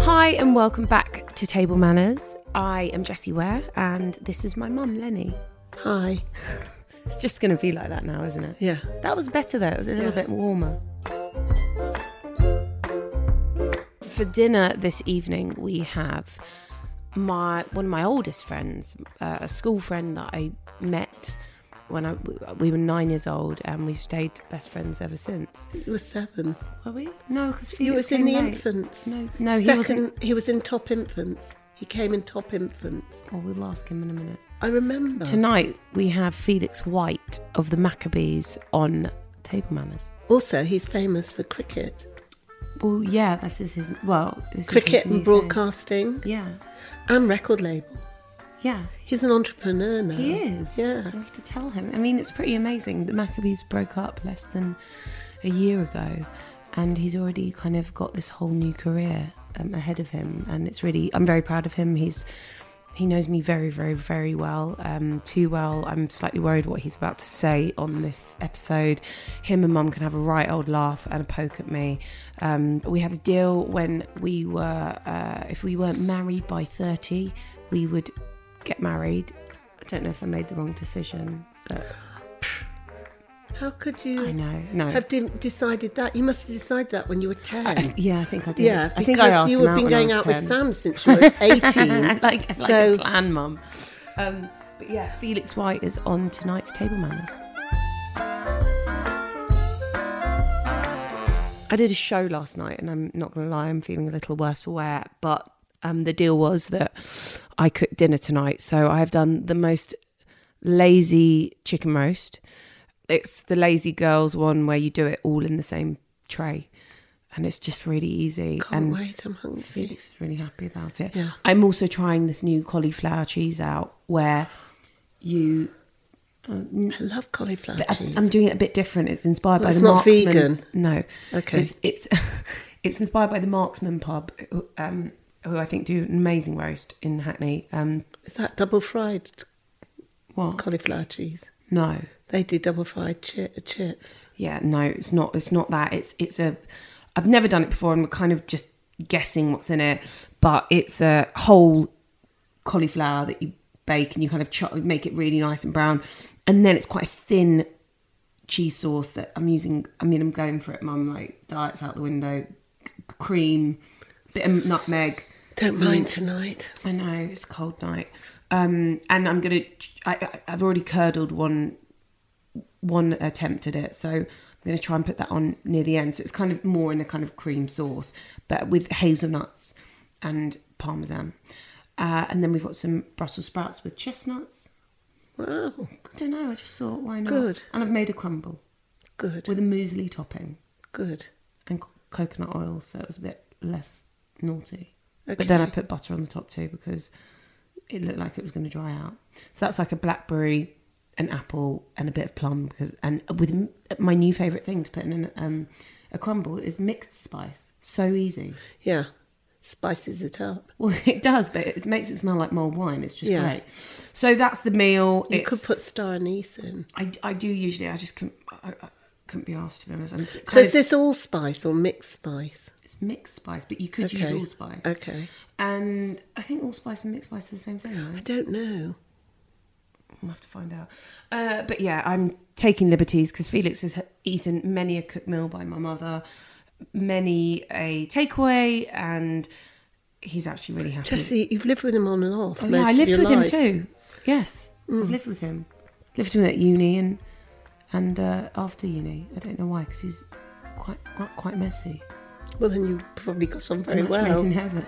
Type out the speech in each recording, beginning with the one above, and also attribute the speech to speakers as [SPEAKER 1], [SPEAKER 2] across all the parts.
[SPEAKER 1] Hi, and welcome back to Table Manners. I am Jessie Ware, and this is my mum, Lenny.
[SPEAKER 2] Hi.
[SPEAKER 1] It's just going to be like that now, isn't it?
[SPEAKER 2] Yeah.
[SPEAKER 1] That was better, though. It was a little
[SPEAKER 2] Yeah.
[SPEAKER 1] bit warmer. For dinner this evening, we have my one of my oldest friends, uh, a school friend that I met when I, we were nine years old, and we've stayed best friends ever since.
[SPEAKER 2] You were seven.
[SPEAKER 1] Were we? No, because
[SPEAKER 2] You
[SPEAKER 1] Felix
[SPEAKER 2] was in
[SPEAKER 1] came
[SPEAKER 2] the
[SPEAKER 1] late.
[SPEAKER 2] infants.
[SPEAKER 1] No, no, he
[SPEAKER 2] Second,
[SPEAKER 1] wasn't.
[SPEAKER 2] He was in top infants. He came in top infants.
[SPEAKER 1] Oh, we'll ask him in a minute.
[SPEAKER 2] I
[SPEAKER 1] Oh.
[SPEAKER 2] remember.
[SPEAKER 1] Tonight we have Felix White of the Maccabees on Table Manners.
[SPEAKER 2] Also, he's famous for cricket,
[SPEAKER 1] Well, yeah, this is his. Well, this
[SPEAKER 2] cricket
[SPEAKER 1] is his new
[SPEAKER 2] and broadcasting,
[SPEAKER 1] Thing. Yeah,
[SPEAKER 2] and record label.
[SPEAKER 1] yeah,
[SPEAKER 2] He's an entrepreneur now.
[SPEAKER 1] he is.
[SPEAKER 2] Yeah.
[SPEAKER 1] I have to tell him. I mean, it's pretty amazing. The Maccabees broke up less than a year ago, and he's already kind of got this whole new career um, ahead of him. And it's really, I'm very proud of him. He's he knows me very, very, very well, um, too well. I'm slightly worried what he's about to say on this episode. Him and Mum can have a right old laugh and a poke at me. Um, we had a deal when we were, uh, if we weren't married by 30, we would get married. I don't know if I made the wrong decision, but
[SPEAKER 2] How could you
[SPEAKER 1] I know. No.
[SPEAKER 2] have de- decided that? You must have decided that when you were 10.
[SPEAKER 1] yeah, I think I did.
[SPEAKER 2] yeah,
[SPEAKER 1] I
[SPEAKER 2] because
[SPEAKER 1] think I asked
[SPEAKER 2] you
[SPEAKER 1] him
[SPEAKER 2] have been
[SPEAKER 1] when I
[SPEAKER 2] going
[SPEAKER 1] was
[SPEAKER 2] out
[SPEAKER 1] 10.
[SPEAKER 2] with Sam since you were 18.
[SPEAKER 1] like, like
[SPEAKER 2] so
[SPEAKER 1] a plan, mum. Um, but yeah, Felix White is on tonight's Table Manners. I did a show last night, and I'm not going to lie, I'm feeling a little worse for wear. But um, the deal was that I cooked dinner tonight, so I've done the most lazy chicken roast. It's the lazy girls one where you do it all in the same tray, and it's just really easy.
[SPEAKER 2] can't
[SPEAKER 1] and
[SPEAKER 2] Oh, wait, I'm hungry.
[SPEAKER 1] Felix is really happy about it.
[SPEAKER 2] Yeah.
[SPEAKER 1] I'm also trying this new cauliflower cheese out where you.
[SPEAKER 2] I love cauliflower
[SPEAKER 1] I,
[SPEAKER 2] cheese.
[SPEAKER 1] am doing it a bit different. It's inspired by
[SPEAKER 2] Well, it's
[SPEAKER 1] the
[SPEAKER 2] not
[SPEAKER 1] Marksman.
[SPEAKER 2] vegan.
[SPEAKER 1] No.
[SPEAKER 2] Okay.
[SPEAKER 1] It's it's, it's inspired by the Marksman pub, who, um, who I think do an amazing roast in Hackney. Um,
[SPEAKER 2] Is that double fried
[SPEAKER 1] what?
[SPEAKER 2] cauliflower cheese?
[SPEAKER 1] No.
[SPEAKER 2] They do double fried chi- chips.
[SPEAKER 1] Yeah. No. It's not. It's not that. It's it's a. I've never done it before, and we're kind of just guessing what's in it. But it's a whole cauliflower that you bake and you kind of ch- make it really nice and brown and then it's quite a thin cheese sauce that i'm using i mean i'm going for it mum like diets out the window c- cream bit of nutmeg
[SPEAKER 2] Don't
[SPEAKER 1] some-
[SPEAKER 2] mind tonight.
[SPEAKER 1] I know it's a cold night, um, and I'm gonna. I, I- I've already curdled one, one attempt at it, so I'm gonna try and put that on near the end. So it's kind of more in a kind of cream sauce, but with hazelnuts and parmesan, uh, and then we've got some Brussels sprouts with chestnuts.
[SPEAKER 2] Wow,
[SPEAKER 1] I don't know. I just thought why not?
[SPEAKER 2] Good.
[SPEAKER 1] And I've made a crumble
[SPEAKER 2] good,
[SPEAKER 1] with a muesli topping
[SPEAKER 2] good.
[SPEAKER 1] and co- coconut oil, so it was a bit less naughty. But
[SPEAKER 2] Okay.
[SPEAKER 1] then I put butter on the top too because it looked like it was going to dry out. So that's like a blackberry, an apple, and a bit of plum. Because and with m- my new favorite thing to put in an, um, a crumble is mixed spice. So easy.
[SPEAKER 2] Yeah, spices it up.
[SPEAKER 1] Well, it does, but it makes it smell like mulled wine. It's just
[SPEAKER 2] Yeah.
[SPEAKER 1] great. So that's the meal.
[SPEAKER 2] You
[SPEAKER 1] It's-
[SPEAKER 2] could put star anise in.
[SPEAKER 1] I, I do usually. I just couldn't. I, I couldn't be asked to be honest. I'm kind
[SPEAKER 2] So
[SPEAKER 1] of-
[SPEAKER 2] is this all spice or mixed spice?
[SPEAKER 1] it's mixed spice, but you could use allspice.
[SPEAKER 2] Okay.
[SPEAKER 1] And I think allspice and mixed spice are the same thing,
[SPEAKER 2] I
[SPEAKER 1] right?
[SPEAKER 2] don't know.
[SPEAKER 1] We'll have to find out. Uh, but yeah, I'm taking liberties because Felix has eaten many a cooked meal by my mother, many a takeaway, and he's actually really happy.
[SPEAKER 2] Jesse, you've lived with him on and off.
[SPEAKER 1] Oh,
[SPEAKER 2] most Mm.
[SPEAKER 1] yeah, I
[SPEAKER 2] of
[SPEAKER 1] lived
[SPEAKER 2] your
[SPEAKER 1] with him
[SPEAKER 2] life.
[SPEAKER 1] too. Yes, I've lived with him. Lived with him at uni and and uh, after uni. I don't know why because he's quite quite- quite messy.
[SPEAKER 2] Well, then you probably got on very
[SPEAKER 1] Match made in
[SPEAKER 2] well.
[SPEAKER 1] heaven.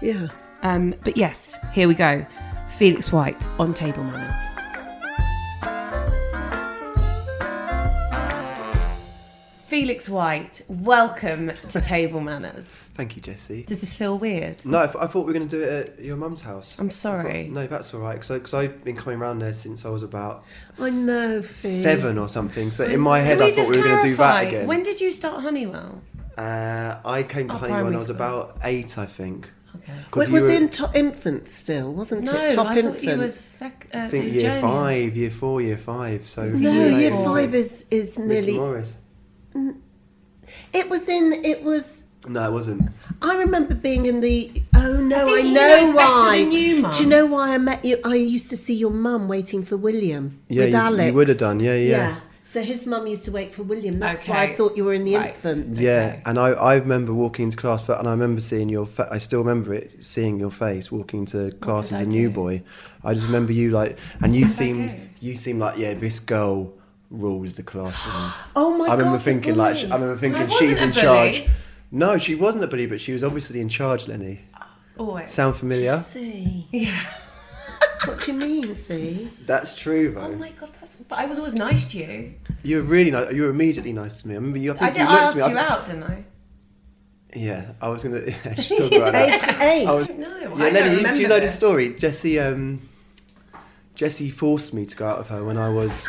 [SPEAKER 2] Yeah.
[SPEAKER 1] Um, but yes, here we go. Felix White on table manners. Felix White, welcome to Table Manners.
[SPEAKER 3] Thank you, Jesse.
[SPEAKER 1] Does this feel weird?
[SPEAKER 3] No, I, th- I thought we were going to do it at your mum's house.
[SPEAKER 1] I'm sorry.
[SPEAKER 3] No, that's all right, because I've been coming round there since I was about
[SPEAKER 2] I know, Fee.
[SPEAKER 3] seven or something. So in my
[SPEAKER 1] Can
[SPEAKER 3] head,
[SPEAKER 1] we
[SPEAKER 3] I thought
[SPEAKER 1] just
[SPEAKER 3] we were going to do that
[SPEAKER 1] clarify,
[SPEAKER 3] again.
[SPEAKER 1] When did you start Honeywell?
[SPEAKER 3] uh, I came to
[SPEAKER 1] Oh,
[SPEAKER 3] Honey when
[SPEAKER 1] primary
[SPEAKER 3] I was
[SPEAKER 1] school.
[SPEAKER 3] about eight, I think.
[SPEAKER 1] Okay.
[SPEAKER 3] 'Cause
[SPEAKER 2] Well, it
[SPEAKER 3] you
[SPEAKER 2] was
[SPEAKER 3] were-
[SPEAKER 2] in top infant still, wasn't
[SPEAKER 1] No,
[SPEAKER 2] it? Top
[SPEAKER 1] I
[SPEAKER 2] infant.
[SPEAKER 1] thought you were sec- uh,
[SPEAKER 3] I think
[SPEAKER 1] uh,
[SPEAKER 3] year
[SPEAKER 1] journey.
[SPEAKER 3] five, year four, year five. So
[SPEAKER 2] No,
[SPEAKER 1] Year
[SPEAKER 2] year
[SPEAKER 1] four.
[SPEAKER 2] five is is
[SPEAKER 3] Miss
[SPEAKER 2] nearly.
[SPEAKER 3] Morris.
[SPEAKER 2] It was in. It was.
[SPEAKER 3] No, it wasn't.
[SPEAKER 2] I remember being in the. Oh no, I,
[SPEAKER 1] think he
[SPEAKER 2] know
[SPEAKER 1] knows better
[SPEAKER 2] why.
[SPEAKER 1] than you, Mum.
[SPEAKER 2] Do you know why I met you? I used to see your mum waiting for William
[SPEAKER 3] Yeah,
[SPEAKER 2] with
[SPEAKER 3] you- you
[SPEAKER 2] Alex.
[SPEAKER 3] would have done. Yeah, yeah.
[SPEAKER 2] So his mum used to wait for William. That's why
[SPEAKER 1] Okay.
[SPEAKER 2] I thought you were in the
[SPEAKER 1] Right.
[SPEAKER 2] infant.
[SPEAKER 3] Yeah, and I, I remember walking into class, for, and I remember seeing your. Fa- I still remember it, seeing your face walking to class
[SPEAKER 1] did
[SPEAKER 3] as
[SPEAKER 1] I
[SPEAKER 3] a new
[SPEAKER 1] do?
[SPEAKER 3] boy. I just remember you like, and you seemed,
[SPEAKER 1] do?
[SPEAKER 3] you seemed like, yeah, this girl rules the classroom.
[SPEAKER 2] Oh my
[SPEAKER 3] I remember
[SPEAKER 2] God, the
[SPEAKER 3] thinking like,
[SPEAKER 2] bully.
[SPEAKER 3] I remember thinking
[SPEAKER 1] wasn't
[SPEAKER 3] she's
[SPEAKER 1] a
[SPEAKER 3] in
[SPEAKER 1] bully.
[SPEAKER 3] charge. No, she wasn't a bully, but she was obviously in charge. Lenny,
[SPEAKER 1] Always.
[SPEAKER 3] sound familiar?
[SPEAKER 2] See,
[SPEAKER 1] Oh, yeah.
[SPEAKER 2] what do you mean, Fee?
[SPEAKER 3] That's true though.
[SPEAKER 1] Oh my god, that's. But I was always nice to you.
[SPEAKER 3] you were really nice. You were immediately nice to me. I remember you. I,
[SPEAKER 1] I
[SPEAKER 3] think
[SPEAKER 1] did.
[SPEAKER 3] you
[SPEAKER 1] I
[SPEAKER 3] looked
[SPEAKER 1] asked
[SPEAKER 3] at me.
[SPEAKER 1] you
[SPEAKER 3] I-
[SPEAKER 1] out, didn't I?
[SPEAKER 3] Yeah, I was gonna. Yeah, she's talking about that.
[SPEAKER 2] Eight.
[SPEAKER 3] I was-
[SPEAKER 1] No,
[SPEAKER 3] Yeah,
[SPEAKER 1] I
[SPEAKER 3] Lenny,
[SPEAKER 1] don't
[SPEAKER 3] you-
[SPEAKER 1] remember
[SPEAKER 3] do you know the
[SPEAKER 1] this.
[SPEAKER 3] story? Jesse, um, Jesse forced me to go out with her when I was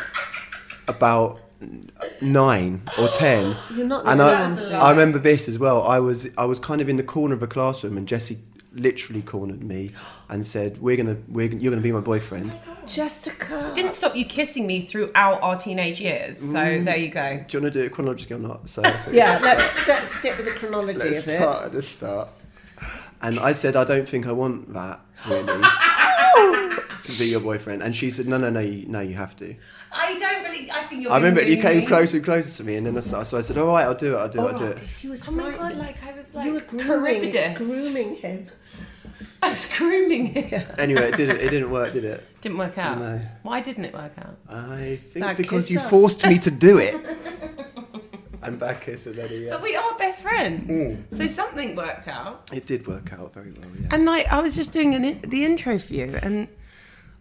[SPEAKER 3] about n- nine or ten.
[SPEAKER 2] You're not
[SPEAKER 3] And
[SPEAKER 2] the
[SPEAKER 3] I,
[SPEAKER 2] only
[SPEAKER 3] I remember this as well. I was I was kind of in the corner of a classroom, and Jesse literally cornered me and said, "We're gonna, we're, gonna- you're gonna be my
[SPEAKER 1] Oh
[SPEAKER 3] boyfriend."
[SPEAKER 2] Jessica.
[SPEAKER 1] Didn't stop you kissing me throughout our teenage years. So
[SPEAKER 3] Mm.
[SPEAKER 1] there you go.
[SPEAKER 3] Do you want to do it chronologically or not? So
[SPEAKER 2] Yeah, let's let's stick with the chronology
[SPEAKER 3] let's
[SPEAKER 2] of it.
[SPEAKER 3] start at the start. And I said, "I don't think I want that really to be your boyfriend." And she said, "No, no, no, you, no, you have to."
[SPEAKER 1] I don't believe. I think you're.
[SPEAKER 3] I remember
[SPEAKER 1] gonna
[SPEAKER 3] you came
[SPEAKER 1] me.
[SPEAKER 3] closer and closer to me, and then I, so so I said, "All right, I'll do it. I'll do it. I'll do it."
[SPEAKER 2] She was
[SPEAKER 1] Oh my god!
[SPEAKER 2] frightening.
[SPEAKER 1] Like I was
[SPEAKER 2] you were
[SPEAKER 1] like
[SPEAKER 2] grooming,
[SPEAKER 1] Charybdis.
[SPEAKER 2] grooming him.
[SPEAKER 1] I was grooming him.
[SPEAKER 3] Anyway, it didn't. It didn't work, did it?
[SPEAKER 1] Didn't work out.
[SPEAKER 3] No.
[SPEAKER 1] Why didn't it work out?
[SPEAKER 3] I think
[SPEAKER 2] Back
[SPEAKER 3] because
[SPEAKER 2] kiss
[SPEAKER 3] you
[SPEAKER 2] up.
[SPEAKER 3] forced me to do it. and back kiss and then uh, yeah.
[SPEAKER 1] But we are best friends,
[SPEAKER 3] Hmm.
[SPEAKER 1] so something worked out.
[SPEAKER 3] It did work out very well. Yeah.
[SPEAKER 1] And like I was just doing an, in- the intro for you, and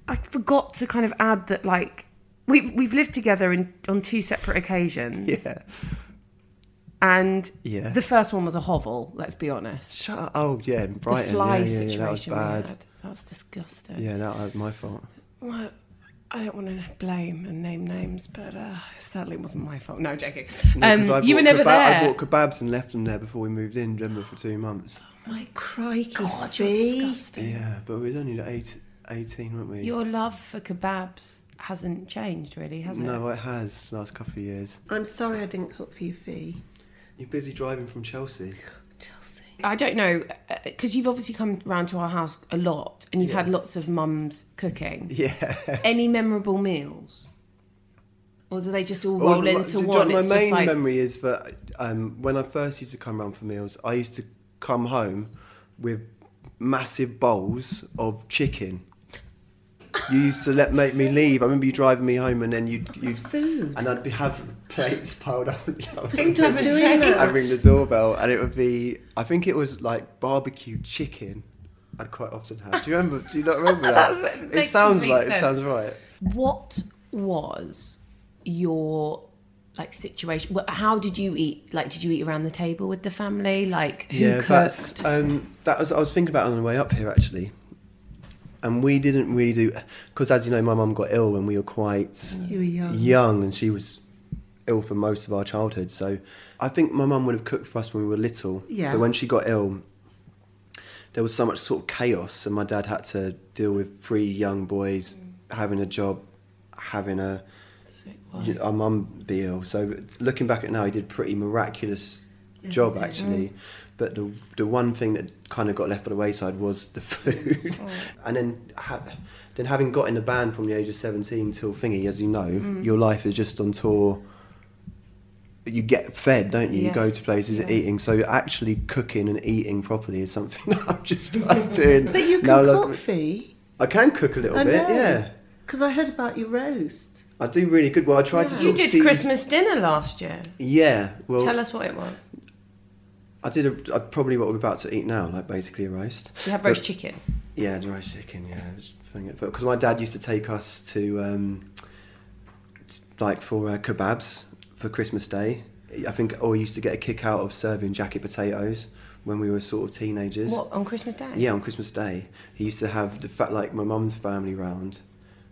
[SPEAKER 1] I forgot to kind of add that like we've we've lived together in, on two separate occasions,
[SPEAKER 3] Yeah.
[SPEAKER 1] and
[SPEAKER 3] Yeah.
[SPEAKER 1] the first one was a hovel. Let's be honest.
[SPEAKER 3] Shut up. Oh yeah, in Brighton.
[SPEAKER 1] the fly
[SPEAKER 3] yeah, yeah,
[SPEAKER 1] situation
[SPEAKER 3] yeah, that was
[SPEAKER 1] we
[SPEAKER 3] bad.
[SPEAKER 1] had. That was disgusting.
[SPEAKER 3] Yeah, that was my fault.
[SPEAKER 1] Well, I don't want to blame and name names, but uh, sadly it wasn't my fault. No, joking.
[SPEAKER 3] No, 'cause I
[SPEAKER 1] um, you were
[SPEAKER 3] bought
[SPEAKER 1] never
[SPEAKER 3] kebab-
[SPEAKER 1] there.
[SPEAKER 3] I bought kebabs and left them there before we moved in. Remember for two months.
[SPEAKER 2] My crikey,
[SPEAKER 1] God, you're
[SPEAKER 2] Fee.
[SPEAKER 1] disgusting.
[SPEAKER 3] Yeah, but we was only like eight, 18, weren't we?
[SPEAKER 1] Your love for kebabs hasn't changed, really, has it?
[SPEAKER 3] no, it has last couple of years.
[SPEAKER 2] I'm sorry I didn't cook for you, Fee.
[SPEAKER 3] You're busy driving from Chelsea.
[SPEAKER 2] Chelsea.
[SPEAKER 1] I don't know because you've obviously come round to our house a lot, and you've had lots of mums cooking.
[SPEAKER 3] Yeah.
[SPEAKER 1] Any memorable meals, or do they just all roll
[SPEAKER 3] Well,
[SPEAKER 1] into
[SPEAKER 3] do you know
[SPEAKER 1] one?
[SPEAKER 3] what
[SPEAKER 1] It's
[SPEAKER 3] my
[SPEAKER 1] just
[SPEAKER 3] main
[SPEAKER 1] like-
[SPEAKER 3] memory is that um, when I first used to come round for meals, I used to come home with massive bowls of chicken. You used to let make me leave. I remember you driving me home, and then you'd you'd
[SPEAKER 2] food.
[SPEAKER 3] and I'd be have plates piled up.
[SPEAKER 1] Things haven't
[SPEAKER 2] doing
[SPEAKER 1] changed.
[SPEAKER 2] that.
[SPEAKER 3] I'd ring the doorbell, and it would be I think it was like barbecue chicken. I'd quite often have. Do you remember? Do you not remember that?
[SPEAKER 1] That
[SPEAKER 3] it
[SPEAKER 1] makes
[SPEAKER 3] sounds
[SPEAKER 1] complete
[SPEAKER 3] like
[SPEAKER 1] sense.
[SPEAKER 3] it sounds right.
[SPEAKER 1] What was your like situation? Wh- How did you eat? Like, did you eat around the table with the family? Like, who
[SPEAKER 3] yeah,
[SPEAKER 1] cooked?
[SPEAKER 3] that's um, that was I was thinking about it on the way up here actually, and we didn't really do because as you know, my mum got ill when we were quite
[SPEAKER 2] You were young.
[SPEAKER 3] young, and she was ill for most of our childhood. So I think my mum would have cooked for us when we were little.
[SPEAKER 2] Yeah.
[SPEAKER 3] But when she got ill, there was so much sort of chaos, and my dad had to deal with three young boys having a job, having a
[SPEAKER 1] So it was-
[SPEAKER 3] you- our mum be ill. So looking back at it now, he did pretty miraculous job actually. But the the one thing that kind of got left by the wayside was the food, and then ha- then having got in the band from the age of seventeen till thingy, as you know, your life is just on tour. You get fed, don't you? You go
[SPEAKER 4] Yes,
[SPEAKER 3] to places and
[SPEAKER 4] yes.
[SPEAKER 3] eating. So actually, cooking and eating properly is something that I've just started doing.
[SPEAKER 2] But you can
[SPEAKER 3] now, like-
[SPEAKER 2] cook, Fee.
[SPEAKER 3] I can cook a little
[SPEAKER 2] I
[SPEAKER 3] bit.
[SPEAKER 2] know.
[SPEAKER 3] Yeah,
[SPEAKER 2] Because I heard about your roast.
[SPEAKER 3] I do really good. Well, I tried to. Sort
[SPEAKER 4] You
[SPEAKER 3] of
[SPEAKER 4] did
[SPEAKER 3] see-
[SPEAKER 4] Christmas dinner last year.
[SPEAKER 3] Yeah. Well,
[SPEAKER 4] Tell us what it was.
[SPEAKER 3] I did a, I probably what we're about to eat now, like basically a roast.
[SPEAKER 4] You have roast
[SPEAKER 3] But-
[SPEAKER 4] chicken.
[SPEAKER 3] Yeah, the roast chicken. Yeah, because my dad used to take us to um, t- like for uh, kebabs for Christmas Day. I think, or he used to get a kick out of serving jacket potatoes when we were sort of teenagers.
[SPEAKER 4] What on Christmas Day?
[SPEAKER 3] Yeah, on Christmas Day, he used to have the fact like my mum's family round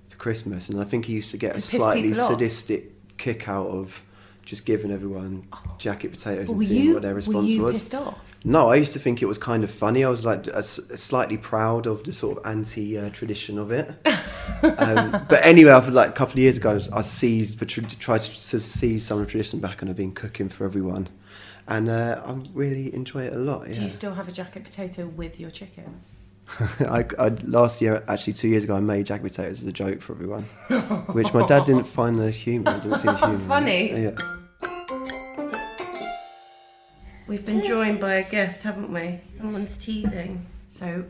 [SPEAKER 3] for Christmas, and I think he used to get
[SPEAKER 4] To
[SPEAKER 3] a
[SPEAKER 4] piss
[SPEAKER 3] slightly
[SPEAKER 4] people off?
[SPEAKER 3] sadistic kick out of just giving everyone jacket potatoes
[SPEAKER 4] Well,
[SPEAKER 3] and
[SPEAKER 4] Oh. were
[SPEAKER 3] seeing
[SPEAKER 4] you-
[SPEAKER 3] what their
[SPEAKER 4] were
[SPEAKER 3] response
[SPEAKER 4] you
[SPEAKER 3] was.
[SPEAKER 4] pissed off?
[SPEAKER 3] No, I used to think it was kind of funny. I was like a s- slightly proud of the sort of anti uh, tradition of it. um, but anyway, I've, like a couple of years ago, I, was, I seized for tr- to try to, to seize some of the tradition back, and I've been cooking for everyone, and uh, I really enjoy it a lot. Yeah.
[SPEAKER 4] Do you still have a jacket potato with your chicken?
[SPEAKER 3] I, I, last year, actually two years ago, I made jack potatoes as a joke for everyone, which my dad didn't find the humour. Didn't see the humour.
[SPEAKER 4] Funny.
[SPEAKER 3] Yeah.
[SPEAKER 1] We've been joined by a guest, haven't we? Someone's teething.
[SPEAKER 4] So,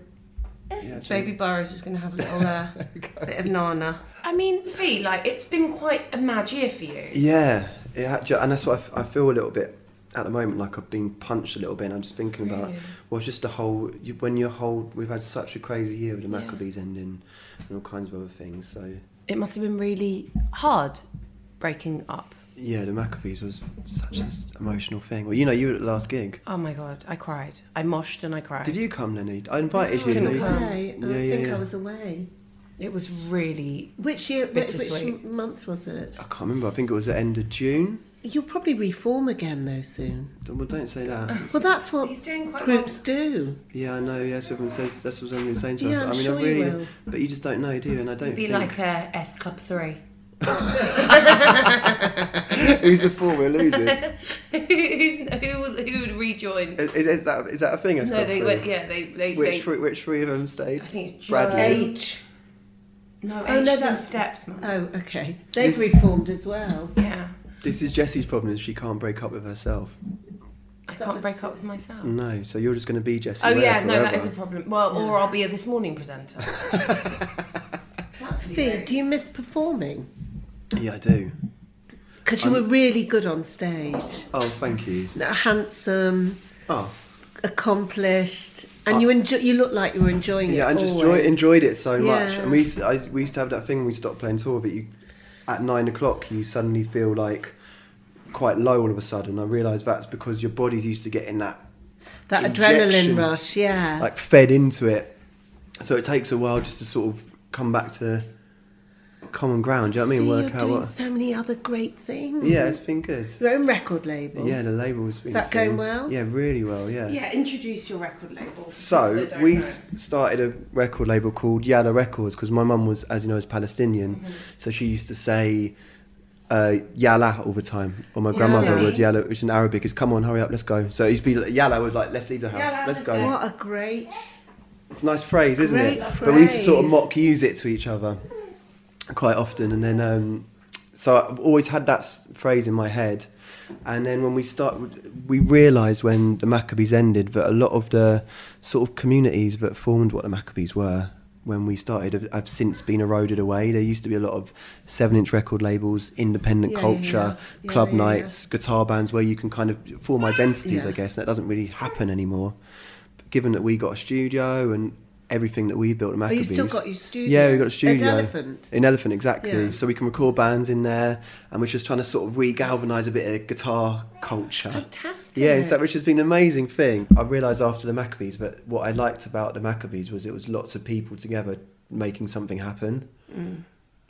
[SPEAKER 3] yeah true.
[SPEAKER 1] Baby Burrows is going to have a little uh, bit of nana.
[SPEAKER 4] I mean, Fee, like it's been quite a mad year for you.
[SPEAKER 3] Yeah, it had, and that's what I f- I, feel a little bit at the moment. Like I've been punched a little bit, and I'm just thinking about well, it's just the whole you, when your whole we've had such a crazy year with the Maccabees ending and all kinds of other things. So
[SPEAKER 4] It must have been really hard breaking up.
[SPEAKER 3] yeah, the Maccabees was such an emotional thing. Well, you know, you were at the last gig.
[SPEAKER 4] Oh my god, I cried. I moshed and I cried.
[SPEAKER 3] Did you come, Lenny? I invited you.
[SPEAKER 2] I was
[SPEAKER 3] Lenny.
[SPEAKER 2] away. I
[SPEAKER 3] Yeah, yeah,
[SPEAKER 2] think
[SPEAKER 3] yeah.
[SPEAKER 2] I was away.
[SPEAKER 4] It was really.
[SPEAKER 2] Which year? Which, which
[SPEAKER 4] Bittersweet.
[SPEAKER 2] month was it?
[SPEAKER 3] I can't remember. I think it was the end of June.
[SPEAKER 2] You'll probably reform again though soon.
[SPEAKER 3] Don't- Well, don't say that.
[SPEAKER 2] Well, that's what
[SPEAKER 4] He's doing quite
[SPEAKER 2] groups do.
[SPEAKER 3] Yeah, I know. Yes, everyone says that's what everyone was saying to
[SPEAKER 2] Yeah,
[SPEAKER 3] us.
[SPEAKER 2] I'm
[SPEAKER 3] I mean,
[SPEAKER 2] sure
[SPEAKER 3] I
[SPEAKER 2] you
[SPEAKER 3] really,
[SPEAKER 2] will.
[SPEAKER 3] but you just don't know, do you? And I don't
[SPEAKER 4] It'd be
[SPEAKER 3] think.
[SPEAKER 4] like a S Club Three.
[SPEAKER 3] Who's a four? We're losing.
[SPEAKER 4] Who's, who who would rejoin?
[SPEAKER 3] Is, is that is that a thing? It's
[SPEAKER 4] No,
[SPEAKER 3] got
[SPEAKER 4] they
[SPEAKER 3] three.
[SPEAKER 4] went. Yeah, they they.
[SPEAKER 3] Which
[SPEAKER 4] they
[SPEAKER 3] three, which three of them stayed?
[SPEAKER 4] I think it's
[SPEAKER 3] Bradley.
[SPEAKER 2] H.
[SPEAKER 4] no,
[SPEAKER 2] Oh,
[SPEAKER 4] H
[SPEAKER 2] no,
[SPEAKER 4] and
[SPEAKER 2] that's-
[SPEAKER 4] steps, man.
[SPEAKER 2] Oh, okay. They've reformed as well.
[SPEAKER 4] yeah,
[SPEAKER 3] This is Jessie's problem: is she can't break up with herself.
[SPEAKER 4] I can't break up with myself.
[SPEAKER 3] No, so you're just going to be Jessie.
[SPEAKER 4] Oh
[SPEAKER 3] Ware
[SPEAKER 4] yeah, no,
[SPEAKER 3] Mm. forever.
[SPEAKER 4] that is a problem. Well, or I'll be a this morning presenter. That's the
[SPEAKER 2] Fee,
[SPEAKER 4] thing.
[SPEAKER 2] do you miss performing?
[SPEAKER 3] Yeah, I do.
[SPEAKER 2] Because you were really good on stage.
[SPEAKER 3] Oh, thank you.
[SPEAKER 2] Handsome,
[SPEAKER 3] Oh,
[SPEAKER 2] accomplished, and you enjoy. You look like you were enjoying
[SPEAKER 3] yeah,
[SPEAKER 2] it.
[SPEAKER 3] I just enjoy,
[SPEAKER 2] always.
[SPEAKER 3] enjoyed it so much.
[SPEAKER 2] Yeah.
[SPEAKER 3] And we used to, I, we used to have that thing when we stopped playing tour that you, at nine o'clock, you suddenly feel like quite low all of a sudden. I realised that's because your body's used to getting that
[SPEAKER 2] that
[SPEAKER 3] injection.
[SPEAKER 2] adrenaline rush. Yeah,
[SPEAKER 3] like fed into it. So it takes a while just to sort of come back to common ground. Do you know what I mean?
[SPEAKER 2] Fee,
[SPEAKER 3] Work
[SPEAKER 2] you're
[SPEAKER 3] out
[SPEAKER 2] doing
[SPEAKER 3] what.
[SPEAKER 2] so many other great things.
[SPEAKER 3] Yeah, it's been good.
[SPEAKER 2] your own record label.
[SPEAKER 3] Yeah, the label's been.
[SPEAKER 2] that
[SPEAKER 3] fun.
[SPEAKER 2] going well?
[SPEAKER 3] Yeah, really well. Yeah.
[SPEAKER 1] Yeah, introduce your record label.
[SPEAKER 3] So
[SPEAKER 1] They don't
[SPEAKER 3] we
[SPEAKER 1] know.
[SPEAKER 3] s started a record label called Yalla Records because my mum was, as you know, is Palestinian,
[SPEAKER 1] Mm-hmm.
[SPEAKER 3] so she used to say uh, Yalla all the time. Or my grandmother
[SPEAKER 2] Yalla.
[SPEAKER 3] would Yalla, which in Arabic is "Come on, hurry up, let's go." So it used to be like, Yalla was like, "Let's leave the house,
[SPEAKER 1] Yalla,
[SPEAKER 3] let's
[SPEAKER 1] let's
[SPEAKER 3] go."
[SPEAKER 2] What a great
[SPEAKER 3] nice phrase, isn't it?
[SPEAKER 2] Great
[SPEAKER 3] But we used to sort of
[SPEAKER 2] phrase.
[SPEAKER 3] mock use it to each other quite often, and then um, so I've always had that s- phrase in my head. And then when we start, we realised when the Maccabees ended that a lot of the sort of communities that formed what the Maccabees were when we started have, have since been eroded away. There used to be a lot of seven-inch record labels, independent
[SPEAKER 2] Yeah, yeah,
[SPEAKER 3] culture,
[SPEAKER 2] yeah.
[SPEAKER 3] club
[SPEAKER 2] Yeah, yeah, yeah.
[SPEAKER 3] nights, guitar bands, where you can kind of form identities,
[SPEAKER 2] Yeah.
[SPEAKER 3] I guess. And that doesn't really happen anymore given that we got a studio and everything that we built at
[SPEAKER 2] you
[SPEAKER 3] Maccabees.
[SPEAKER 2] oh, still got your studio?
[SPEAKER 3] Yeah, we got a
[SPEAKER 2] At
[SPEAKER 3] studio.
[SPEAKER 2] Elephant?
[SPEAKER 3] In Elephant, exactly.
[SPEAKER 2] Yeah.
[SPEAKER 3] So we can record bands in there, and we're just trying to sort of re-galvanise a bit of guitar culture.
[SPEAKER 2] Fantastic.
[SPEAKER 3] Yeah, so which has been an amazing thing. I realised after the Maccabees, but what I liked about the Maccabees was it was lots of people together making something happen.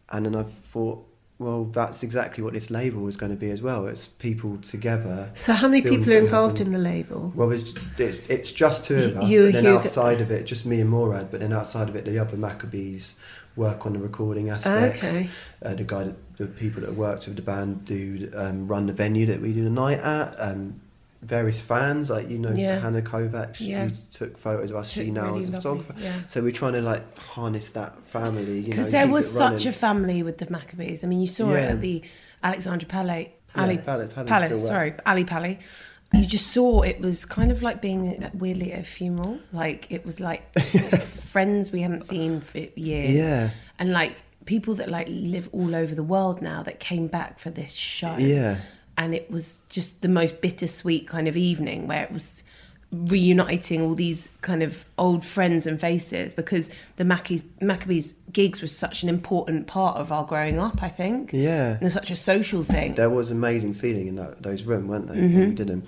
[SPEAKER 3] And then I thought, well, that's exactly what this label is going to be as well. It's people together.
[SPEAKER 2] So how many
[SPEAKER 3] building
[SPEAKER 2] people are
[SPEAKER 3] something
[SPEAKER 2] involved
[SPEAKER 3] happen.
[SPEAKER 2] in the label?
[SPEAKER 3] Well, it's, it's it's just two of us,
[SPEAKER 2] You-
[SPEAKER 3] but then
[SPEAKER 2] you-
[SPEAKER 3] outside of it, just me and Morad. But then outside of it, the other Maccabees work on the recording aspects.
[SPEAKER 2] Okay.
[SPEAKER 3] Uh, the guy, that, the people that have worked with the band do um, run the venue that we do the night at. Um, various fans, like you know
[SPEAKER 1] Yeah.
[SPEAKER 3] Hannah Kovacs, she
[SPEAKER 1] Yeah.
[SPEAKER 3] took photos of us.
[SPEAKER 1] Took
[SPEAKER 3] she now
[SPEAKER 1] really
[SPEAKER 3] is a
[SPEAKER 1] lovely-
[SPEAKER 3] photographer.
[SPEAKER 1] yeah.
[SPEAKER 3] So we're trying to like harness that family.
[SPEAKER 1] Because there was such a family with the Maccabees. I mean, you saw it
[SPEAKER 3] Yeah.
[SPEAKER 1] at the Alexandra Pele,
[SPEAKER 3] Yeah,
[SPEAKER 1] Ali
[SPEAKER 3] Pele- Pele's
[SPEAKER 1] Palace,
[SPEAKER 3] still there.
[SPEAKER 1] sorry, Ali Pali. You just saw it was kind of like being at- weirdly at a funeral. Like it was like friends we haven't seen for years.
[SPEAKER 3] Yeah.
[SPEAKER 1] And like people that like live all over the world now that came back for this show.
[SPEAKER 3] Yeah.
[SPEAKER 1] And it was just the most bittersweet kind of evening where it was reuniting all these kind of old friends and faces because the Maccabees, Maccabees gigs was such an important part of our growing up, I think.
[SPEAKER 3] Yeah.
[SPEAKER 1] And such a social thing.
[SPEAKER 3] There was amazing feeling in that, those rooms, weren't they? When
[SPEAKER 1] Mm-hmm.
[SPEAKER 3] we did them.